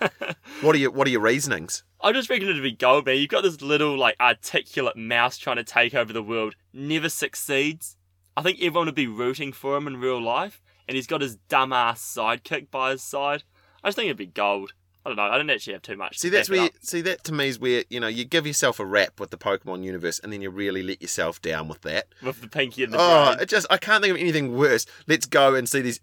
what are your What are your reasonings? I just reckon it'd be gold, man. You've got this little, like, articulate mouse trying to take over the world, never succeeds. I think everyone would be rooting for him in real life, and he's got his dumbass sidekick by his side. I just think it'd be gold. I don't know. I didn't actually have too much. to See, that's back it where. up. See, that to me is where you know you give yourself a rap with the Pokemon universe, and then you really let yourself down with that. with the pinky and the Oh, brain. it just I can't think of anything worse. Let's go and see these.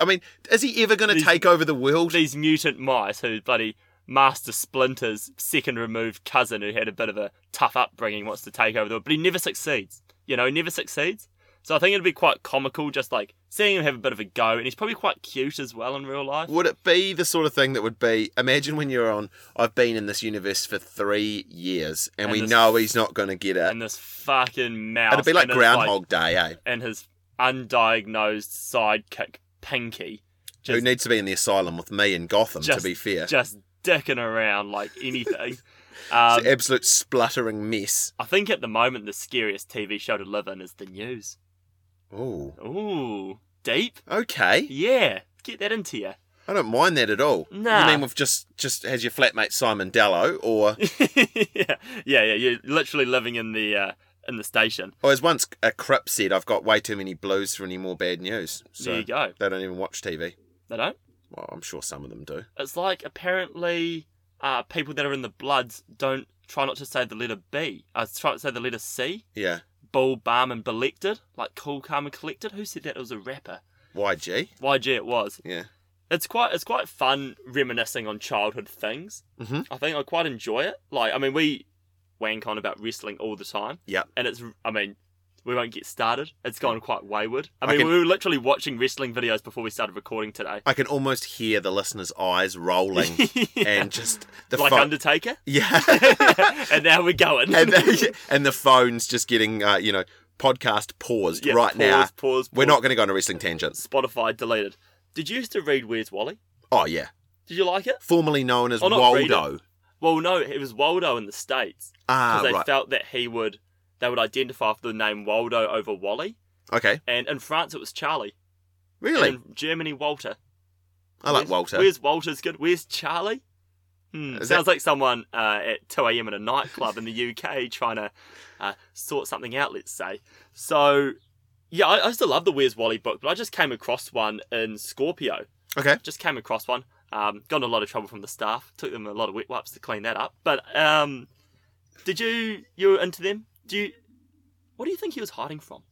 I mean, is he ever going to These- take over the world? These mutant mice who bloody Master Splinter's second removed cousin, who had a bit of a tough upbringing, wants to take over the world, but he never succeeds. You know, he never succeeds. So I think it'd be quite comical, just like seeing him have a bit of a go, and he's probably quite cute as well in real life. Would it be the sort of thing that would be? Imagine when you're on. I've been in this universe for three years, and, And we this- know he's not going to get it. And this fucking mouse. It'd be like and his, Groundhog Day, eh? and his undiagnosed sidekick Pinky, Who just- needs to be in the asylum with me in Gotham, just- to be fair. just dicking around like anything. It's um, an absolute spluttering mess. I think at the moment the scariest TV show to live in is the news. Oh. Ooh, deep. Okay. Yeah, get that into you. I don't mind that at all. Nah. You mean with just just has your flatmate Simon Dallow or yeah, yeah, yeah. You're literally living in the uh, in the station. or oh, as once a Crip said, I've got way too many blues for any more bad news. So there you go. they don't even watch TV. They don't. Well, I'm sure some of them do. It's like apparently uh, people that are in the Bloods don't try not to say the letter B. I uh, try not to say the letter C. Yeah. Bull, balm, and belected, like cool, calm, and collected. Who said that it was a rapper? YG. YG it was. Yeah. It's quite it's quite fun reminiscing on childhood things. Mhm. I think I quite enjoy it. Like I mean, we wank on about wrestling all the time. Yep. and it's I mean. We won't get started. It's gone quite wayward. I I mean, can- we were literally watching wrestling videos before we started recording today. I can almost hear the listeners' eyes rolling and just the like pho- Undertaker. Yeah. and now we're going. and the, and the phone's just getting uh, you know podcast paused Yeah, right pause, now. Pause, pause. We're not going to go on a wrestling tangent. Spotify deleted. Did you used to read Where's Wally? Oh yeah, Did you like it? formerly known as Oh, not Waldo. Well, no, it was Waldo in the States Ah because they right. felt that he would they would identify with the name Waldo over Wally. Okay. And in France, it was Charlie. Really? And in Germany, Walter. I like Where's- Walter. Where's Walter's good? Where's Charlie? Hmm, Is sounds that- like someone uh, at 2 a.m. in a nightclub in the UK trying to uh, sort something out, let's say. So, yeah, I, I used to love the Where's Wally book, but I just came across one in Scorpio. Okay. Just came across one. Um, got in a lot of trouble from the staff. Took them a lot of wet wipes to clean that up. But um, did you, you were into them? Do you, what do you think he was hiding from?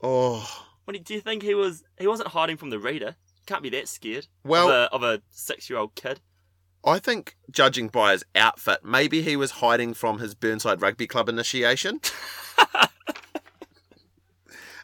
Oh. What do you- do you think he was, he wasn't hiding from the reader. Can't be that scared Well, of a, of a six-year-old kid. I think judging by his outfit, maybe he was hiding from his Burnside Rugby Club initiation.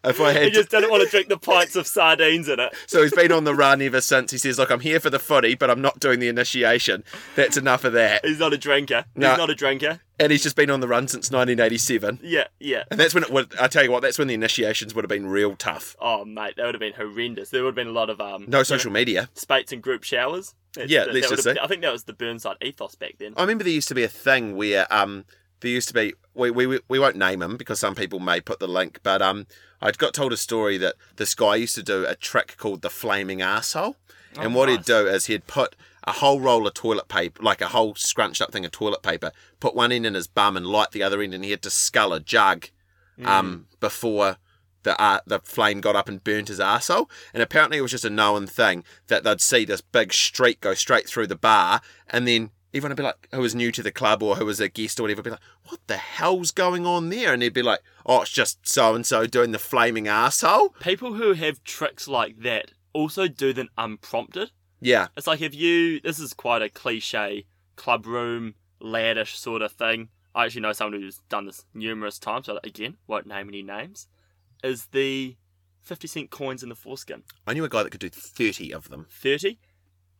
if I He had, just to- didn't want to drink the pints of sardines in it. so he's been on the run ever since. He says, "Look, I'm here for the footy, but I'm not doing the initiation. That's enough of that." He's not a drinker. No. He's not a drinker. And he's just been on the run since 1987. Yeah, yeah. And that's when it would. I tell you what, that's when the initiations would have been real tough. Oh mate, that would have been horrendous. There would have been a lot of um No social media. spates and group showers. That's- Yeah, that- let's that would just have- say. I think that was the Burnside ethos back then. I remember there used to be a thing where um there used to be we, we, we won't name him because some people may put the link, but um I got told a story that this guy used to do a trick called the flaming asshole, and what he'd nice. do is he'd put a whole roll of toilet paper, like a whole scrunched up thing of toilet paper, put one end in his bum and light the other end, and he had to scull a jug um, before the uh, the flame got up and burnt his arsehole. And apparently it was just a known thing that they'd see this big streak go straight through the bar and then everyone would be like, who was new to the club or who was a guest or whatever, be like, what the hell's going on there? And they'd be like, oh, it's just so-and-so doing the flaming arsehole. People who have tricks like that also do them unprompted. Yeah, It's like if you this is quite a cliche club room laddish sort of thing. I actually know someone who's done this numerous times, so again, won't name any names. Is the fifty cent coins in the foreskin. I knew a guy that could do 30 of them. 30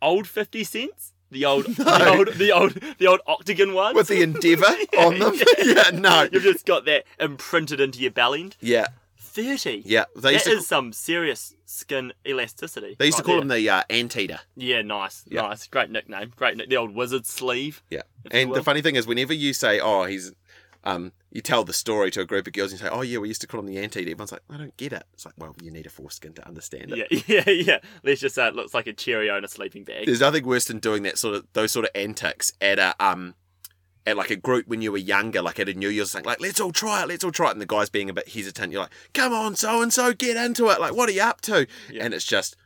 old 50 cents the old the No. old the old the old octagon ones With the endeavour Yeah, on them? yeah. yeah, no. you've just got that imprinted into your belly end. Yeah, 30 yeah. They that used to, is some serious skin elasticity they used to right call there. him the uh, anteater. yeah nice Yeah. nice great nickname great nick- the old wizard sleeve Yeah. if you And the will. funny thing is, whenever you say, "Oh, he's," um, you tell the story to a group of girls and you say, "Oh, yeah, we used to call him the anteater." Everyone's like, "I don't get it." It's like, well, you need a foreskin to understand it. yeah yeah yeah let's just say it looks like a cheerio in a sleeping bag There's nothing worse than doing that sort of those sort of antics at a um. At like a group when you were younger, like at a New Year's thing, like let's all try it, let's all try it, and the guy's being a bit hesitant. You're like, "Come on, so and so, get into it!" Like, what are you up to? Yeah. And it's just,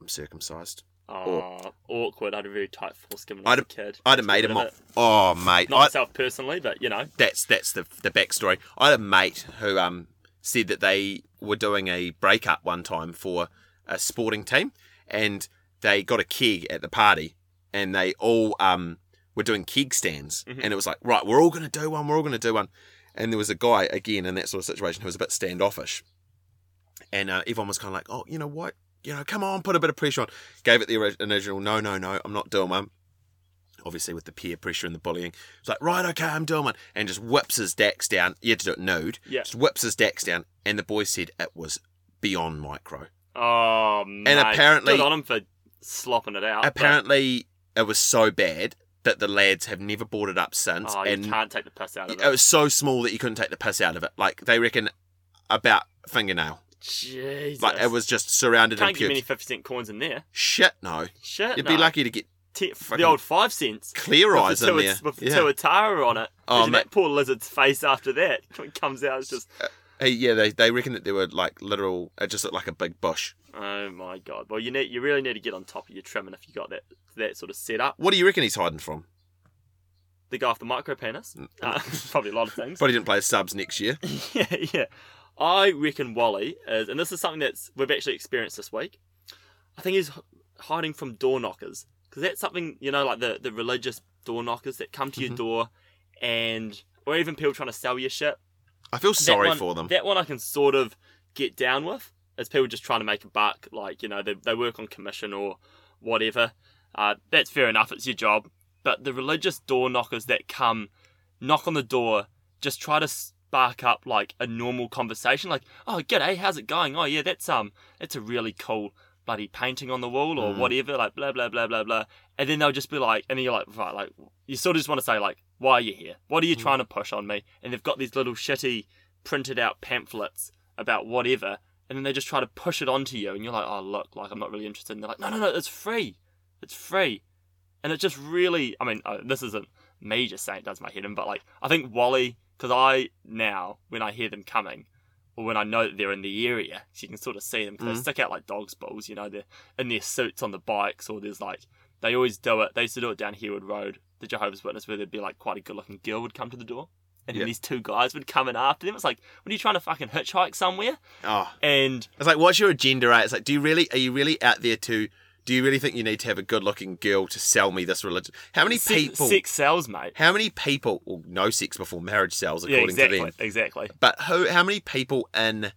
I'm circumcised. oh, awkward i had a very tight foreskin when i I'd was a have, kid I'd have Just made rid him of off. it. Oh, mate, not I- myself personally but you know that's that's the the backstory. I had a mate who um said that they were doing a breakup one time for a sporting team, and they got a keg at the party, and they all um were doing keg stands, and it was like right, we're all gonna do one, we're all gonna do one, and there was a guy again in that sort of situation who was a bit standoffish, and uh, everyone was kind of like, oh, you know what, you know, come on, put a bit of pressure on. Gave it the ori- original, no, no, no, I'm not doing one obviously with the peer pressure and the bullying. It's like, right, okay, I'm doing one. And just whips his dax down. You had to do it nude. Yeah. Just whips his dax down. And the boy said it was beyond micro. Oh, and apparently- good on him for slopping it out. Oh, but- Apparently, it was so bad that the lads have never brought it up since. oh, and you can't take the piss out of it it. was so small that you couldn't take the piss out of it. Like, they reckon about fingernail. Jesus, Like, it was just surrounded in can't get pubes. many fifty cent coins in there. Shit, no. Shit, You'd no. be lucky to get Te- the fucking old five cents clear with eyes the in two, there. with yeah. two Atara on it. Oh, Imagine mate. that poor lizard's face after that It comes out. It's just Hey, yeah, they, they reckon that there were, like, literal... It just looked like a big bush. oh my god. Well, you need you really need to get on top of your trimming if you got that that sort of set up. What do you reckon he's hiding from? The guy off the micro penis, uh, probably a lot of things. Probably didn't play his subs next year. yeah, yeah. I reckon Wally is, and this is something that's we've actually experienced this week. I think he's h- hiding from door knockers because that's something you know, like the the religious door knockers that come to your door, and or even people trying to sell you shit. I feel That sorry one- for them. That one I can sort of get down with. It's people just trying to make a buck, like you know they they work on commission or whatever. Uh, that's fair enough. It's your job. But the religious door knockers that come, knock on the door, just try to spark up like a normal conversation, like oh g'day, how's it going? Oh yeah, that's um, that's a really cool bloody painting on the wall or whatever, like blah blah blah blah blah. And then they'll just be like, and then you're like, right, like you sort of just want to say like, why are you here? What are you trying to push on me? And they've got these little shitty printed out pamphlets about whatever, and then they just try to push it onto you, and you're like, oh look, like I'm not really interested. And they're like, no no no, it's free, it's free, and it just really, I mean, uh, this isn't me just saying it does my head in, but like I think Wally, because I now when I hear them coming, or when I know that they're in the area, 'cause you can sort of see them Mm. 'cause they stick out like dog's balls. You know, they're in their suits on the bikes, or there's like they always do it. They used to do it down Hereward Road, the Jehovah's Witness, where there'd be like quite a good-looking girl would come to the door, and then Yep. these two guys would come in after them. It's like, when are you trying to fucking hitchhike somewhere? Oh, And it's like, what's your agenda, right? It's like, do you really, are you really out there to, do you really think you need to have a good looking girl to sell me this religion? How many six, people, six cells, mate. how many people, well, no sex before marriage sells, Yeah, according exactly, to them. exactly. But who, how many people in,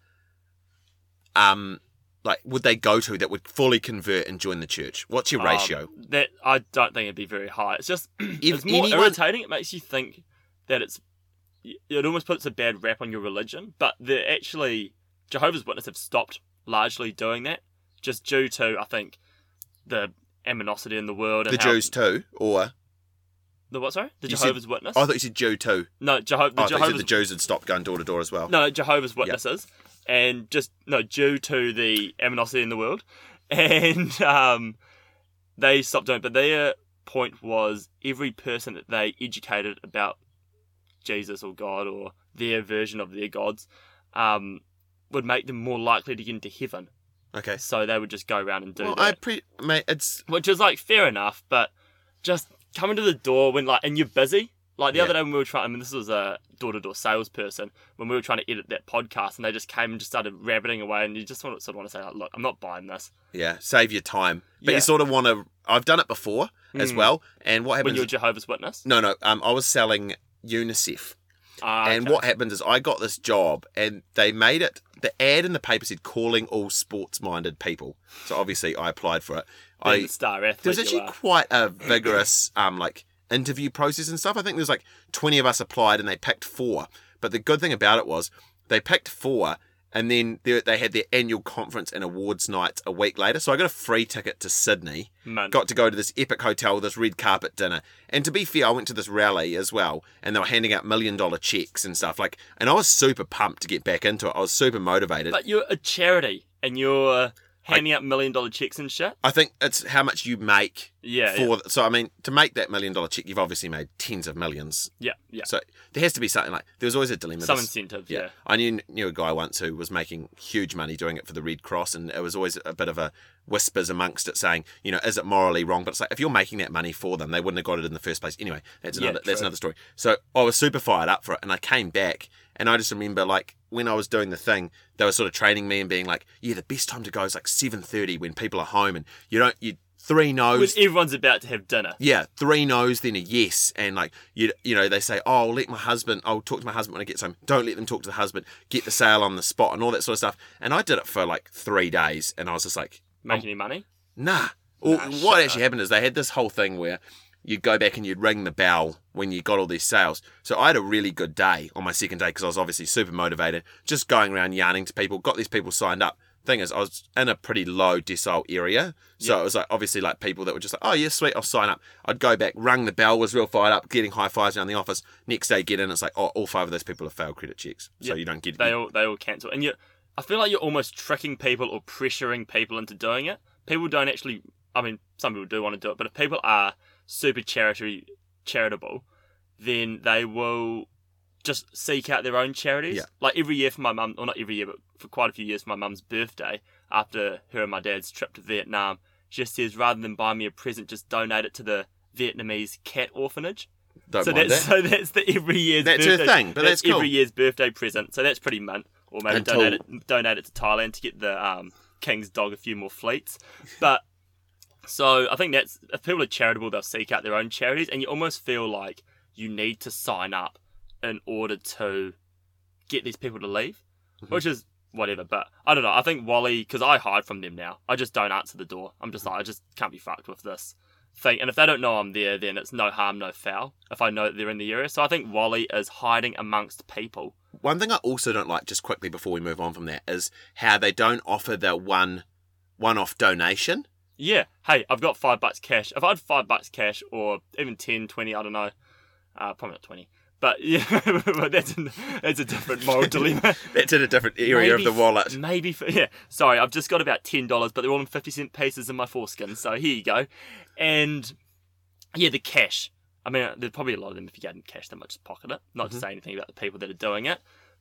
um, like, would they go to that would fully convert and join the church? What's your Um, ratio? that I don't think it'd be very high. It's just it's more anyone- irritating. It makes you think that it's it almost puts a bad rap on your religion, but they're actually Jehovah's Witnesses have stopped largely doing that, just due to I think the aminosity in the world. And The how- Jews too, or The what? Sorry, the You said- Jehovah's Witness. oh, I thought you said Jew too. no, Jeho- the Oh, I thought you Jehovah's said the Jews had stopped going door to door as well. No, Jehovah's Witnesses, and just no due to the aminosity in the world, and um, they stopped doing. it. But their point was every person that they educated about Jesus or God or their version of their gods um, would make them more likely to get into heaven. Okay. So they would just go around and do Well, that I pre, mate, it's which is like fair enough, but just coming to the door when like and you're busy. Like the Yeah. other day when we were trying, I mean, this was a door-to-door salesperson when we were trying to edit that podcast, and they just came and just started rabbiting away, and you just want to sort of want to say like, look, I'm not buying this. yeah, save your time, but Yeah. you sort of want to. I've done it before as Mm. well, and what When happens? you're a Jehovah's Witness, no, no, um, I was selling UNICEF, Ah, and okay. what happens is I got this job, and they made it. The ad in the paper said calling all sports-minded people, so obviously I applied for it. Being I the star athlete, There was you actually are. quite a vigorous um like interview process and stuff. I think there's like 20 of us applied and they picked four. But the good thing about it was they picked four and then they, they had their annual conference and awards night a week later. So I got a free ticket to Sydney. Man. Got to go to this epic hotel, this red carpet dinner. And to be fair, I went to this rally as well and they were handing out million dollar checks and stuff like and I was super pumped to get back into it. I was super motivated. But you're a charity, and you're handing out million-dollar checks and shit. I think it's how much you make Yeah, for so I mean to make that million dollar check you've obviously made tens of millions yeah, yeah. so there has to be something like there was always a dilemma Some This- incentive, yeah. I knew knew a guy once who was making huge money doing it for the Red Cross and it was always a bit of a whispers amongst it saying you know is it morally wrong but it's like if you're making that money for them they wouldn't have got it in the first place anyway that's Yeah, another that's true. another story so I was super fired up for it and I came back and I just remember like when I was doing the thing they were sort of training me and being like yeah the best time to go is like 7:30 when people are home and you don't you three When no's everyone's about to have dinner. yeah, three no's, then a yes, and like you, you know, they say, "Oh, I'll let my husband. I'll talk to my husband when I get home." Don't let them talk to the husband. Get the sale on the spot and all that sort of stuff. And I did it for like three days, and I was just like, Make any money? "Nah." Or Nah, shut what actually happened is they had this whole thing where you'd go back and you'd ring the bell when you got all these sales. So I had a really good day on my second day because I was obviously super motivated, just going around yarning to people, got these people signed up. Thing is, I was in a pretty low decile area. So it was like obviously like people that were just like, oh, yeah, sweet, I'll sign up. I'd go back, rung the bell, was real fired up, getting high fives around the office. Next day, get in, it's like, oh, all five of those people have failed credit checks. So Yeah, you don't get they all they all cancel. And you, I feel like you're almost tricking people or pressuring people into doing it. People don't actually. I mean, some people do want to do it, but if people are super charity charitable, then they will just seek out their own charities. Yeah. Like every year for my mum, or not every year, but for quite a few years for my mum's birthday, after her and my dad's trip to Vietnam, she just says rather than buy me a present, just donate it to the Vietnamese cat orphanage. Don't So mind that's that. so that's the every year's That's her birthday. thing, but that's cool. every year's birthday present. So that's pretty mint. Or maybe Until- donate it donate it to Thailand to get the um, king's dog a few more fleets. But so I think that's if people are charitable, they'll seek out their own charities, and you almost feel like you need to sign up in order to get these people to leave, Mm-hmm. which is whatever. But I don't know. I think Wally, because I hide from them now. I just don't answer the door. I'm just like, I just can't be fucked with this thing. And if they don't know I'm there, then it's no harm, no foul. If I know that they're in the area, so I think Wally is hiding amongst people. One thing I also don't like, just quickly before we move on from that, is how they don't offer the one one-off donation. Yeah. Hey, I've got five bucks cash. If I had five bucks cash or even 10, 20, I don't know. Uh, probably not 20. But yeah, but that's a, that's a different moral dilemma. That's in a different area Maybe of the wallet. f- Maybe, f- yeah. Sorry, I've just got about ten dollars, but they're all in fifty cent pieces in my foreskin. So here you go, and yeah, the cash. I mean, there's probably a lot of them. If you get in cash, they might just pocket it. Not Mm-hmm. to say anything about the people that are doing it,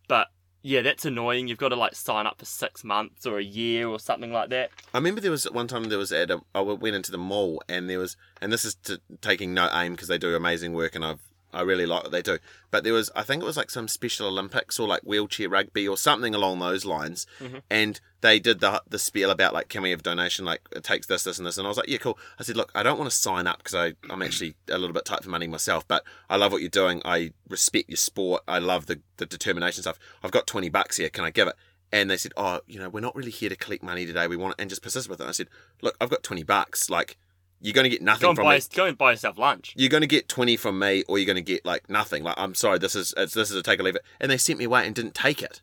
but yeah, that's annoying. You've got to like sign up for six months or a year or something like that. I remember there was one time there was at a, I went into the mall and there was and this is to, taking no aim because they do amazing work and I've I really like what they do. But there was I think it was like some Special Olympics or like wheelchair rugby or something along those lines, and they did the the spiel about like can we have donation like it takes this this and this and I was like yeah cool. I said look I don't want to sign up because I I'm actually a little bit tight for money myself, but I love what you're doing. I respect your sport. I love the the determination stuff. I've got twenty bucks here. Can I give it? and they said, "Oh, you know, we're not really here to collect money today. We want and just persist with it." I said, "Look, I've got twenty bucks. Like, you're going to get Go nothing and from buy me. go and buy yourself lunch. You're going to get twenty from me, or you're going to get like nothing. Like, I'm sorry, this is it's, this is a take or leave it." And they sent me away and didn't take it.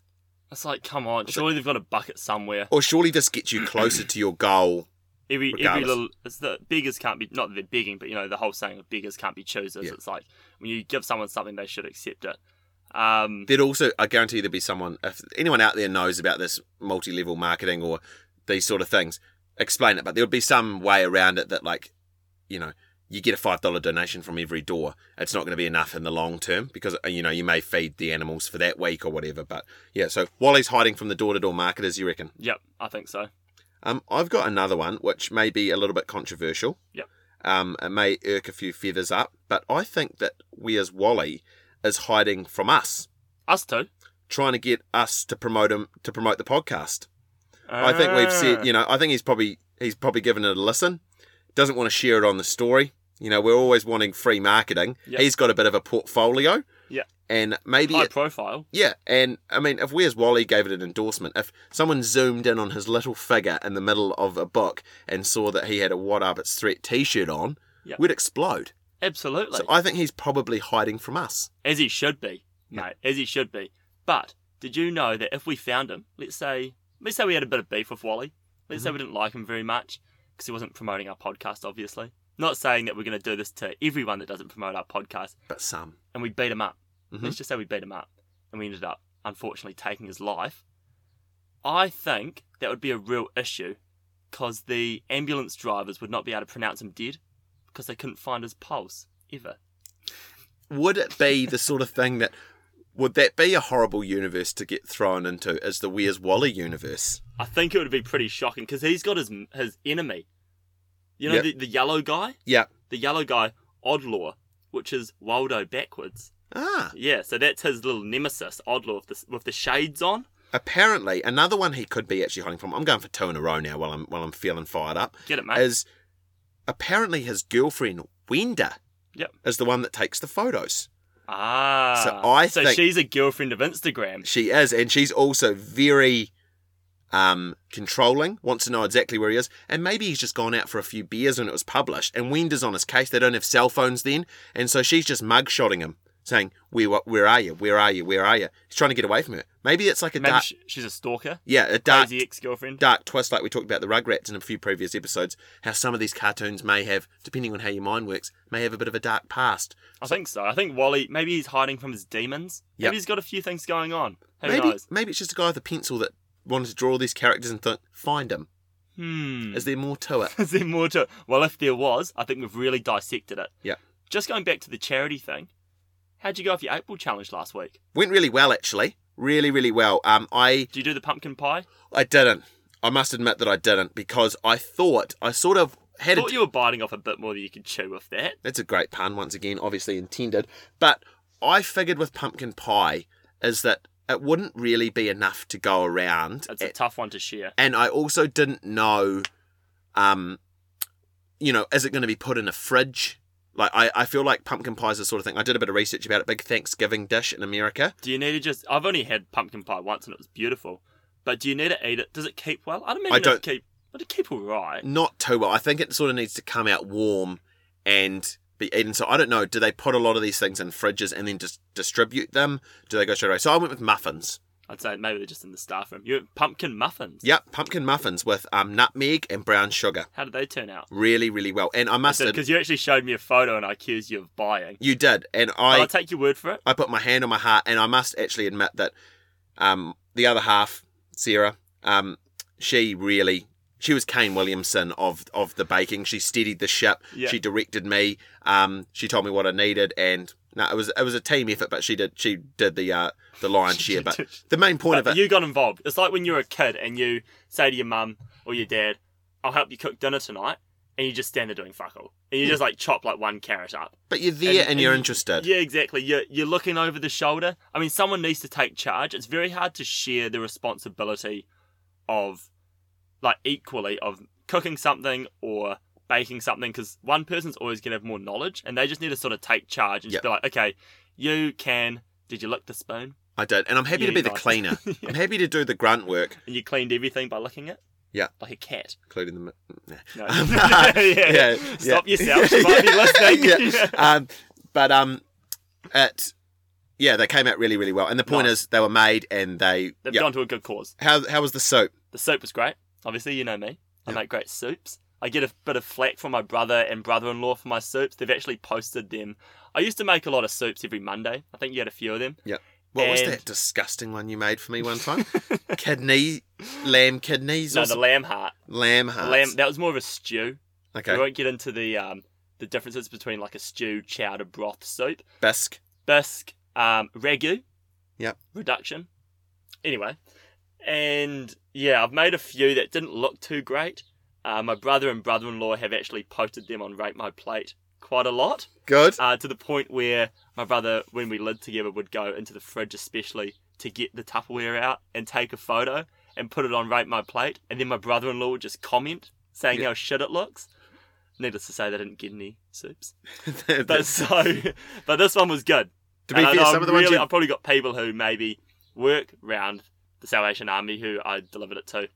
It's like, come on, surely they've got a bucket somewhere. Or surely this gets you closer to your goal. Every every Regardless. little it's the beggars can't be not that they're begging, but you know the whole saying of beggars can't be choosers. Yeah. It's like when you give someone something, they should accept it. Um, There'd also, I guarantee, there'd be someone. If anyone out there knows about this multi-level marketing or these sort of things, explain it. But there would be some way around it that, like, you know, you get a five dollar donation from every door. It's not going to be enough in the long term because uh, you know you may feed the animals for that week or whatever. But yeah, so Wally's hiding from the door-to-door marketers, you reckon? yep, I think so. Um, I've got another one which may be a little bit controversial. Yep. Um, it may irk a few feathers up, but I think that we as Wally is hiding from us Us too. trying to get us to promote him to promote the podcast. I think we've Ah. said, you know, I think he's probably he's probably given it a listen. Doesn't want to share it on the story. You know, we're always wanting free marketing. Yep. He's got a bit of a portfolio. Yeah. And maybe high it- profile. yeah, and I mean, if Where's Wally gave it an endorsement, if someone zoomed in on his little figure in the middle of a book and saw that he had a What Up It's Threat T-shirt on, Yep. we'd explode. Absolutely, So I think he's probably hiding from us. as he should be, mate, as he should be. But did you know that if we found him, let's say, let's say we had a bit of beef with Wally, let's Mm-hmm. say we didn't like him very much because he wasn't promoting our podcast, obviously. Not saying that we're going to do this to everyone that doesn't promote our podcast, But some, and we beat him up. Mhm. Let's just say we beat him up, and we ended up unfortunately taking his life. I think that would be a real issue, because the ambulance drivers would not be able to pronounce him dead, because they couldn't find his pulse ever. would it be the sort of thing that would that be a horrible universe to get thrown into as the Where's Wally universe? I think it would be pretty shocking, because he's got his his enemy. You know Yep. the, the yellow guy, Yeah. the yellow guy, Oddlaw, which is Waldo backwards. Ah. Yeah, so that's his little nemesis, Oddlaw, with the, with the shades on. Apparently, another one he could be actually hiding from. I'm going for two in a row now while I'm while I'm feeling fired up. Get it, mate? Is apparently his girlfriend Wenda Yep. is the one that takes the photos. Ah. So I so think- she's a girlfriend of Instagram. She is, and she's also very um controlling, wants to know exactly where he is, and maybe he's just gone out for a few beers when it was published, and Wenda's on his case, they don't have cell phones then, and so she's just mugshotting him, saying, Where what where are you? Where are you? Where are you? He's trying to get away from her. Maybe it's like a Maybe dark sh she's a stalker. Yeah, a dark Crazy ex-girlfriend. dark twist like we talked about the Rugrats in a few previous episodes, how some of these cartoons may have, depending on how your mind works, may have a bit of a dark past. I think so. I think Wally. Maybe he's hiding from his demons. Yep. Maybe he's got a few things going on. Who maybe knows? maybe it's just a guy with a pencil that wanted to draw all these characters and thought, find him. Hmm. Is there more to it? Is there more to? it? Well, if there was, I think we've really dissected it. Yeah. Just going back to the charity thing. How'd you go off your eight ball challenge last week? Went really well actually. Really, really well. Um I Did you do the pumpkin pie? I didn't. I must admit that I didn't because I thought I sort of had a Thought you were biting off a bit more than you could chew with that. That's a great pun, once again, obviously intended. But I figured with pumpkin pie is that it wouldn't really be enough to go around. It's a tough one to share. and I also didn't know, um, you know, is it going to be put in a fridge? Like I, I feel like pumpkin pie is the sort of thing. I did a bit of research about it. Big Thanksgiving dish in America. Do you need to just? I've only had pumpkin pie once and it was beautiful. But do you need to eat it? Does it keep well? I don't mean I it don't- keep. But it keep all right. Not too well. I think it sort of needs to come out warm and be eaten. So I don't know. Do they put a lot of these things in fridges and then just distribute them? Do they go straight away? So I went with muffins. I'd say maybe they're just in the staff room. You pumpkin muffins. Yep, pumpkin muffins with um, nutmeg and brown sugar. How did they turn out? Really, really well. And I must have, Because you actually showed me a photo and I accused you of buying. you did. And I, I, will take your word for it. I put my hand on my heart, and I must actually admit that um, the other half, Sarah, um, she really. She was Kane Williamson of of the baking. She steadied the ship. Yeah. She directed me. Um, she told me what I needed, and no, it was it was a team effort. But she did she did the uh, the lion's share. But the main point of it, But you got involved. It's like when you're a kid and you say to your mum or your dad, I'll help you cook dinner tonight. And you just stand there doing fuck all. And Hmm. you just like chop like one carrot up. but you're there and, and- and you're you- interested. Yeah, exactly. You're, you're looking over the shoulder. I mean, someone needs to take charge. It's very hard to share the responsibility of, like, equally of cooking something or baking something because one person's always going to have more knowledge and they just need to sort of take charge and just be like, okay, you can. Did you lick the spoon? I did, and I'm happy Yeah, to be you the did. cleaner. I'm happy to do the grunt work, And you cleaned everything by licking it? Yeah. Like a cat. including the. mi- Nah. No. Um, yeah, yeah, Stop yeah. yourself. You might be listening. Yeah. Um, but um, it, yeah, they came out really, really well. And the point Nice. is, they were made and they. They've yeah. gone to a good cause. How how was the soup? The soup was great. Obviously, you know me. I Yeah. make great soups. I get a bit of flack from my brother and brother-in-law for my soups. They've actually posted them. I used to make a lot of soups every Monday. I think you had a few of them. What was And- that disgusting one you made for me one time? Kidney, lamb kidneys, No, or the some- lamb heart. lamb The hearts. Lamb. That was more of a stew. We Ah, Okay, won't get into the um, the differences between like a stew, chowder, broth, soup, bisque. bisque, um, ragu. Yep. Reduction. Anyway, and yeah, I've made a few that didn't look too great. Uh, my brother and brother-in-law have actually posted them on Rate My Plate quite a lot. Good. uh, to the point where my brother, when we lived together, would go into the fridge, especially to get the Tupperware out and take a photo and put it on Rate My Plate. And then my brother in law would just comment saying Yeah. how shit it looks. Needless to say, they didn't get any soups. But That's- so, but this one was good. to be And I fair, know some I'm of the ones really- you I've probably got people who maybe work round the Salvation Army who I delivered it to,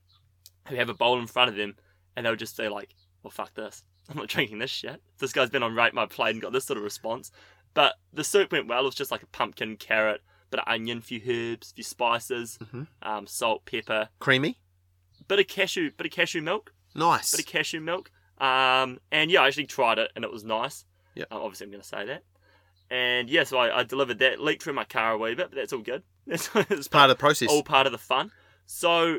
who have a bowl in front of them, and they'll just be like, "Well, fuck this. I'm not drinking this shit. This guy's been on rate my plate and got this sort of response." But the soup went well. It was just like a pumpkin, carrot, bit of onion, few herbs, few spices, Mhm. um, salt, pepper, creamy, bit of cashew, bit of cashew milk nice. bit of cashew milk. Um, and yeah, I actually tried it and it was nice. Yeah. Uh, obviously, I'm going to say that. And yeah, so I, I delivered that. Leaked through my car a wee bit, but that's all good. That's, that's Part of the process. all part of the fun. So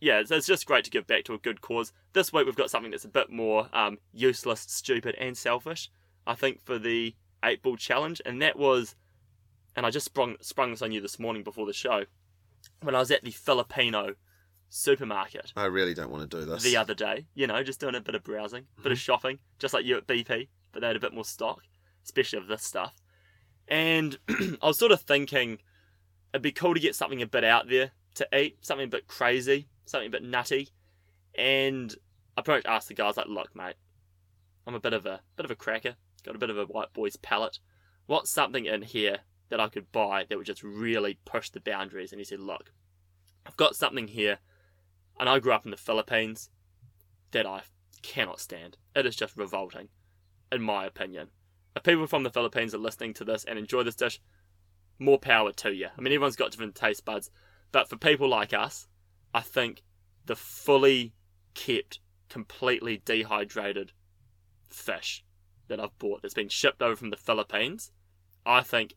yeah, so it's just great to give back to a good cause. This week we've got something that's a bit more um, useless, stupid, and selfish. I think for the eight ball challenge, and that was, and I just sprung sprung this on you this morning before the show, when I was at the Filipino supermarket I really don't want to do this. the other day, you know, just doing a bit of browsing, bit of shopping, just like you at BP, but they had a bit more stock, especially of this stuff. And I was sort of thinking it'd be cool to get something a bit out there to eat, something a bit crazy, something a bit nutty. And I pretty much asked the guys like, look, mate, I'm a bit of a bit of a cracker, got a bit of a white boy's palate. What's something in here that I could buy that would just really push the boundaries? And he said, look, I've got something here, and I grew up in the Philippines that I cannot stand. It is just revolting, in my opinion. If people from the Philippines are listening to this and enjoy this dish, more power to you. I mean, everyone's got different taste buds, but for people like us, I think the fully kept, completely dehydrated fish that I've bought that's been shipped over from the Philippines, I think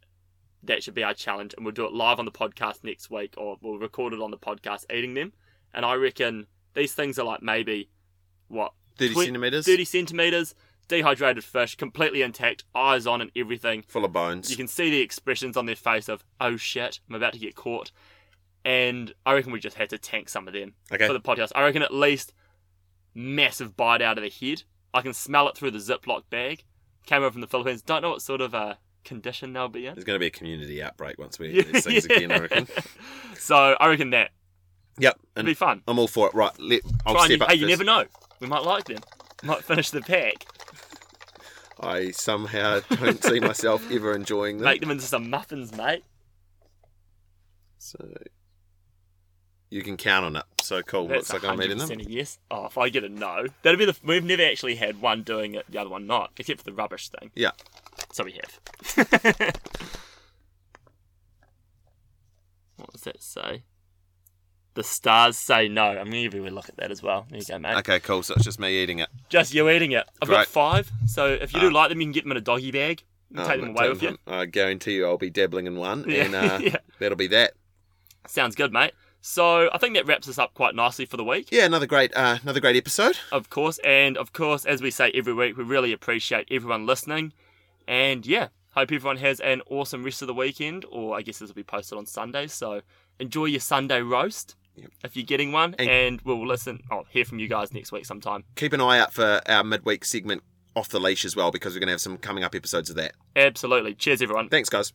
that should be our challenge, and we'll do it live on the podcast next week, or we'll record it on the podcast eating them. And I reckon these things are like maybe what Thirty Twen- centimeters. 30 centimeters, dehydrated fish, completely intact, eyes on and everything. Full of bones. You can see the expressions on their face of, oh shit, I'm about to get caught. And I reckon we just had to tank some of them okay. for the podcast. I reckon at least massive bite out of the head. I can smell it through the Ziploc bag. Came over from the Philippines. Don't know what sort of uh, condition they'll be in. There's going to be a community outbreak once we get these things again. I reckon. so I reckon that Yep. would And be fun. I'm all for it. Right, let, I'll Try and- step up. hey, you first. never know. We might like them. Might finish the pack. I somehow don't see myself ever enjoying them. Make them into some muffins, mate. So you can count on it. So cool. That's Looks like I'm eating them. 100% a yes. Oh, if I get a no, that'd be the. We've never actually had one doing it, the other one not, except for the rubbish thing. Yeah. So we have. What does that say? The stars say no. I'm gonna give you a look at that as well. There you go, mate. Okay, cool. So it's just me eating it. Just you eating it. I've got Great. Ah. five. So if you do like them, you can get them in a doggy bag. And Um, take them away with you. I guarantee you, I'll be dabbling in one, Yeah, and uh, yeah. that'll be that. Sounds good, mate. So I think that wraps us up quite nicely for the week, Yeah, another great, uh, another great episode. of course. And of course, as we say every week, we really appreciate everyone listening. And yeah, hope everyone has an awesome rest of the weekend, or I guess this will be posted on Sunday. So enjoy your Sunday roast if you're getting one, And- and, we'll listen. I'll hear from you guys next week sometime. Keep an eye out for our midweek segment off the leash as well, because we're going to have some coming up episodes of that. Absolutely. Cheers, everyone. Thanks, guys.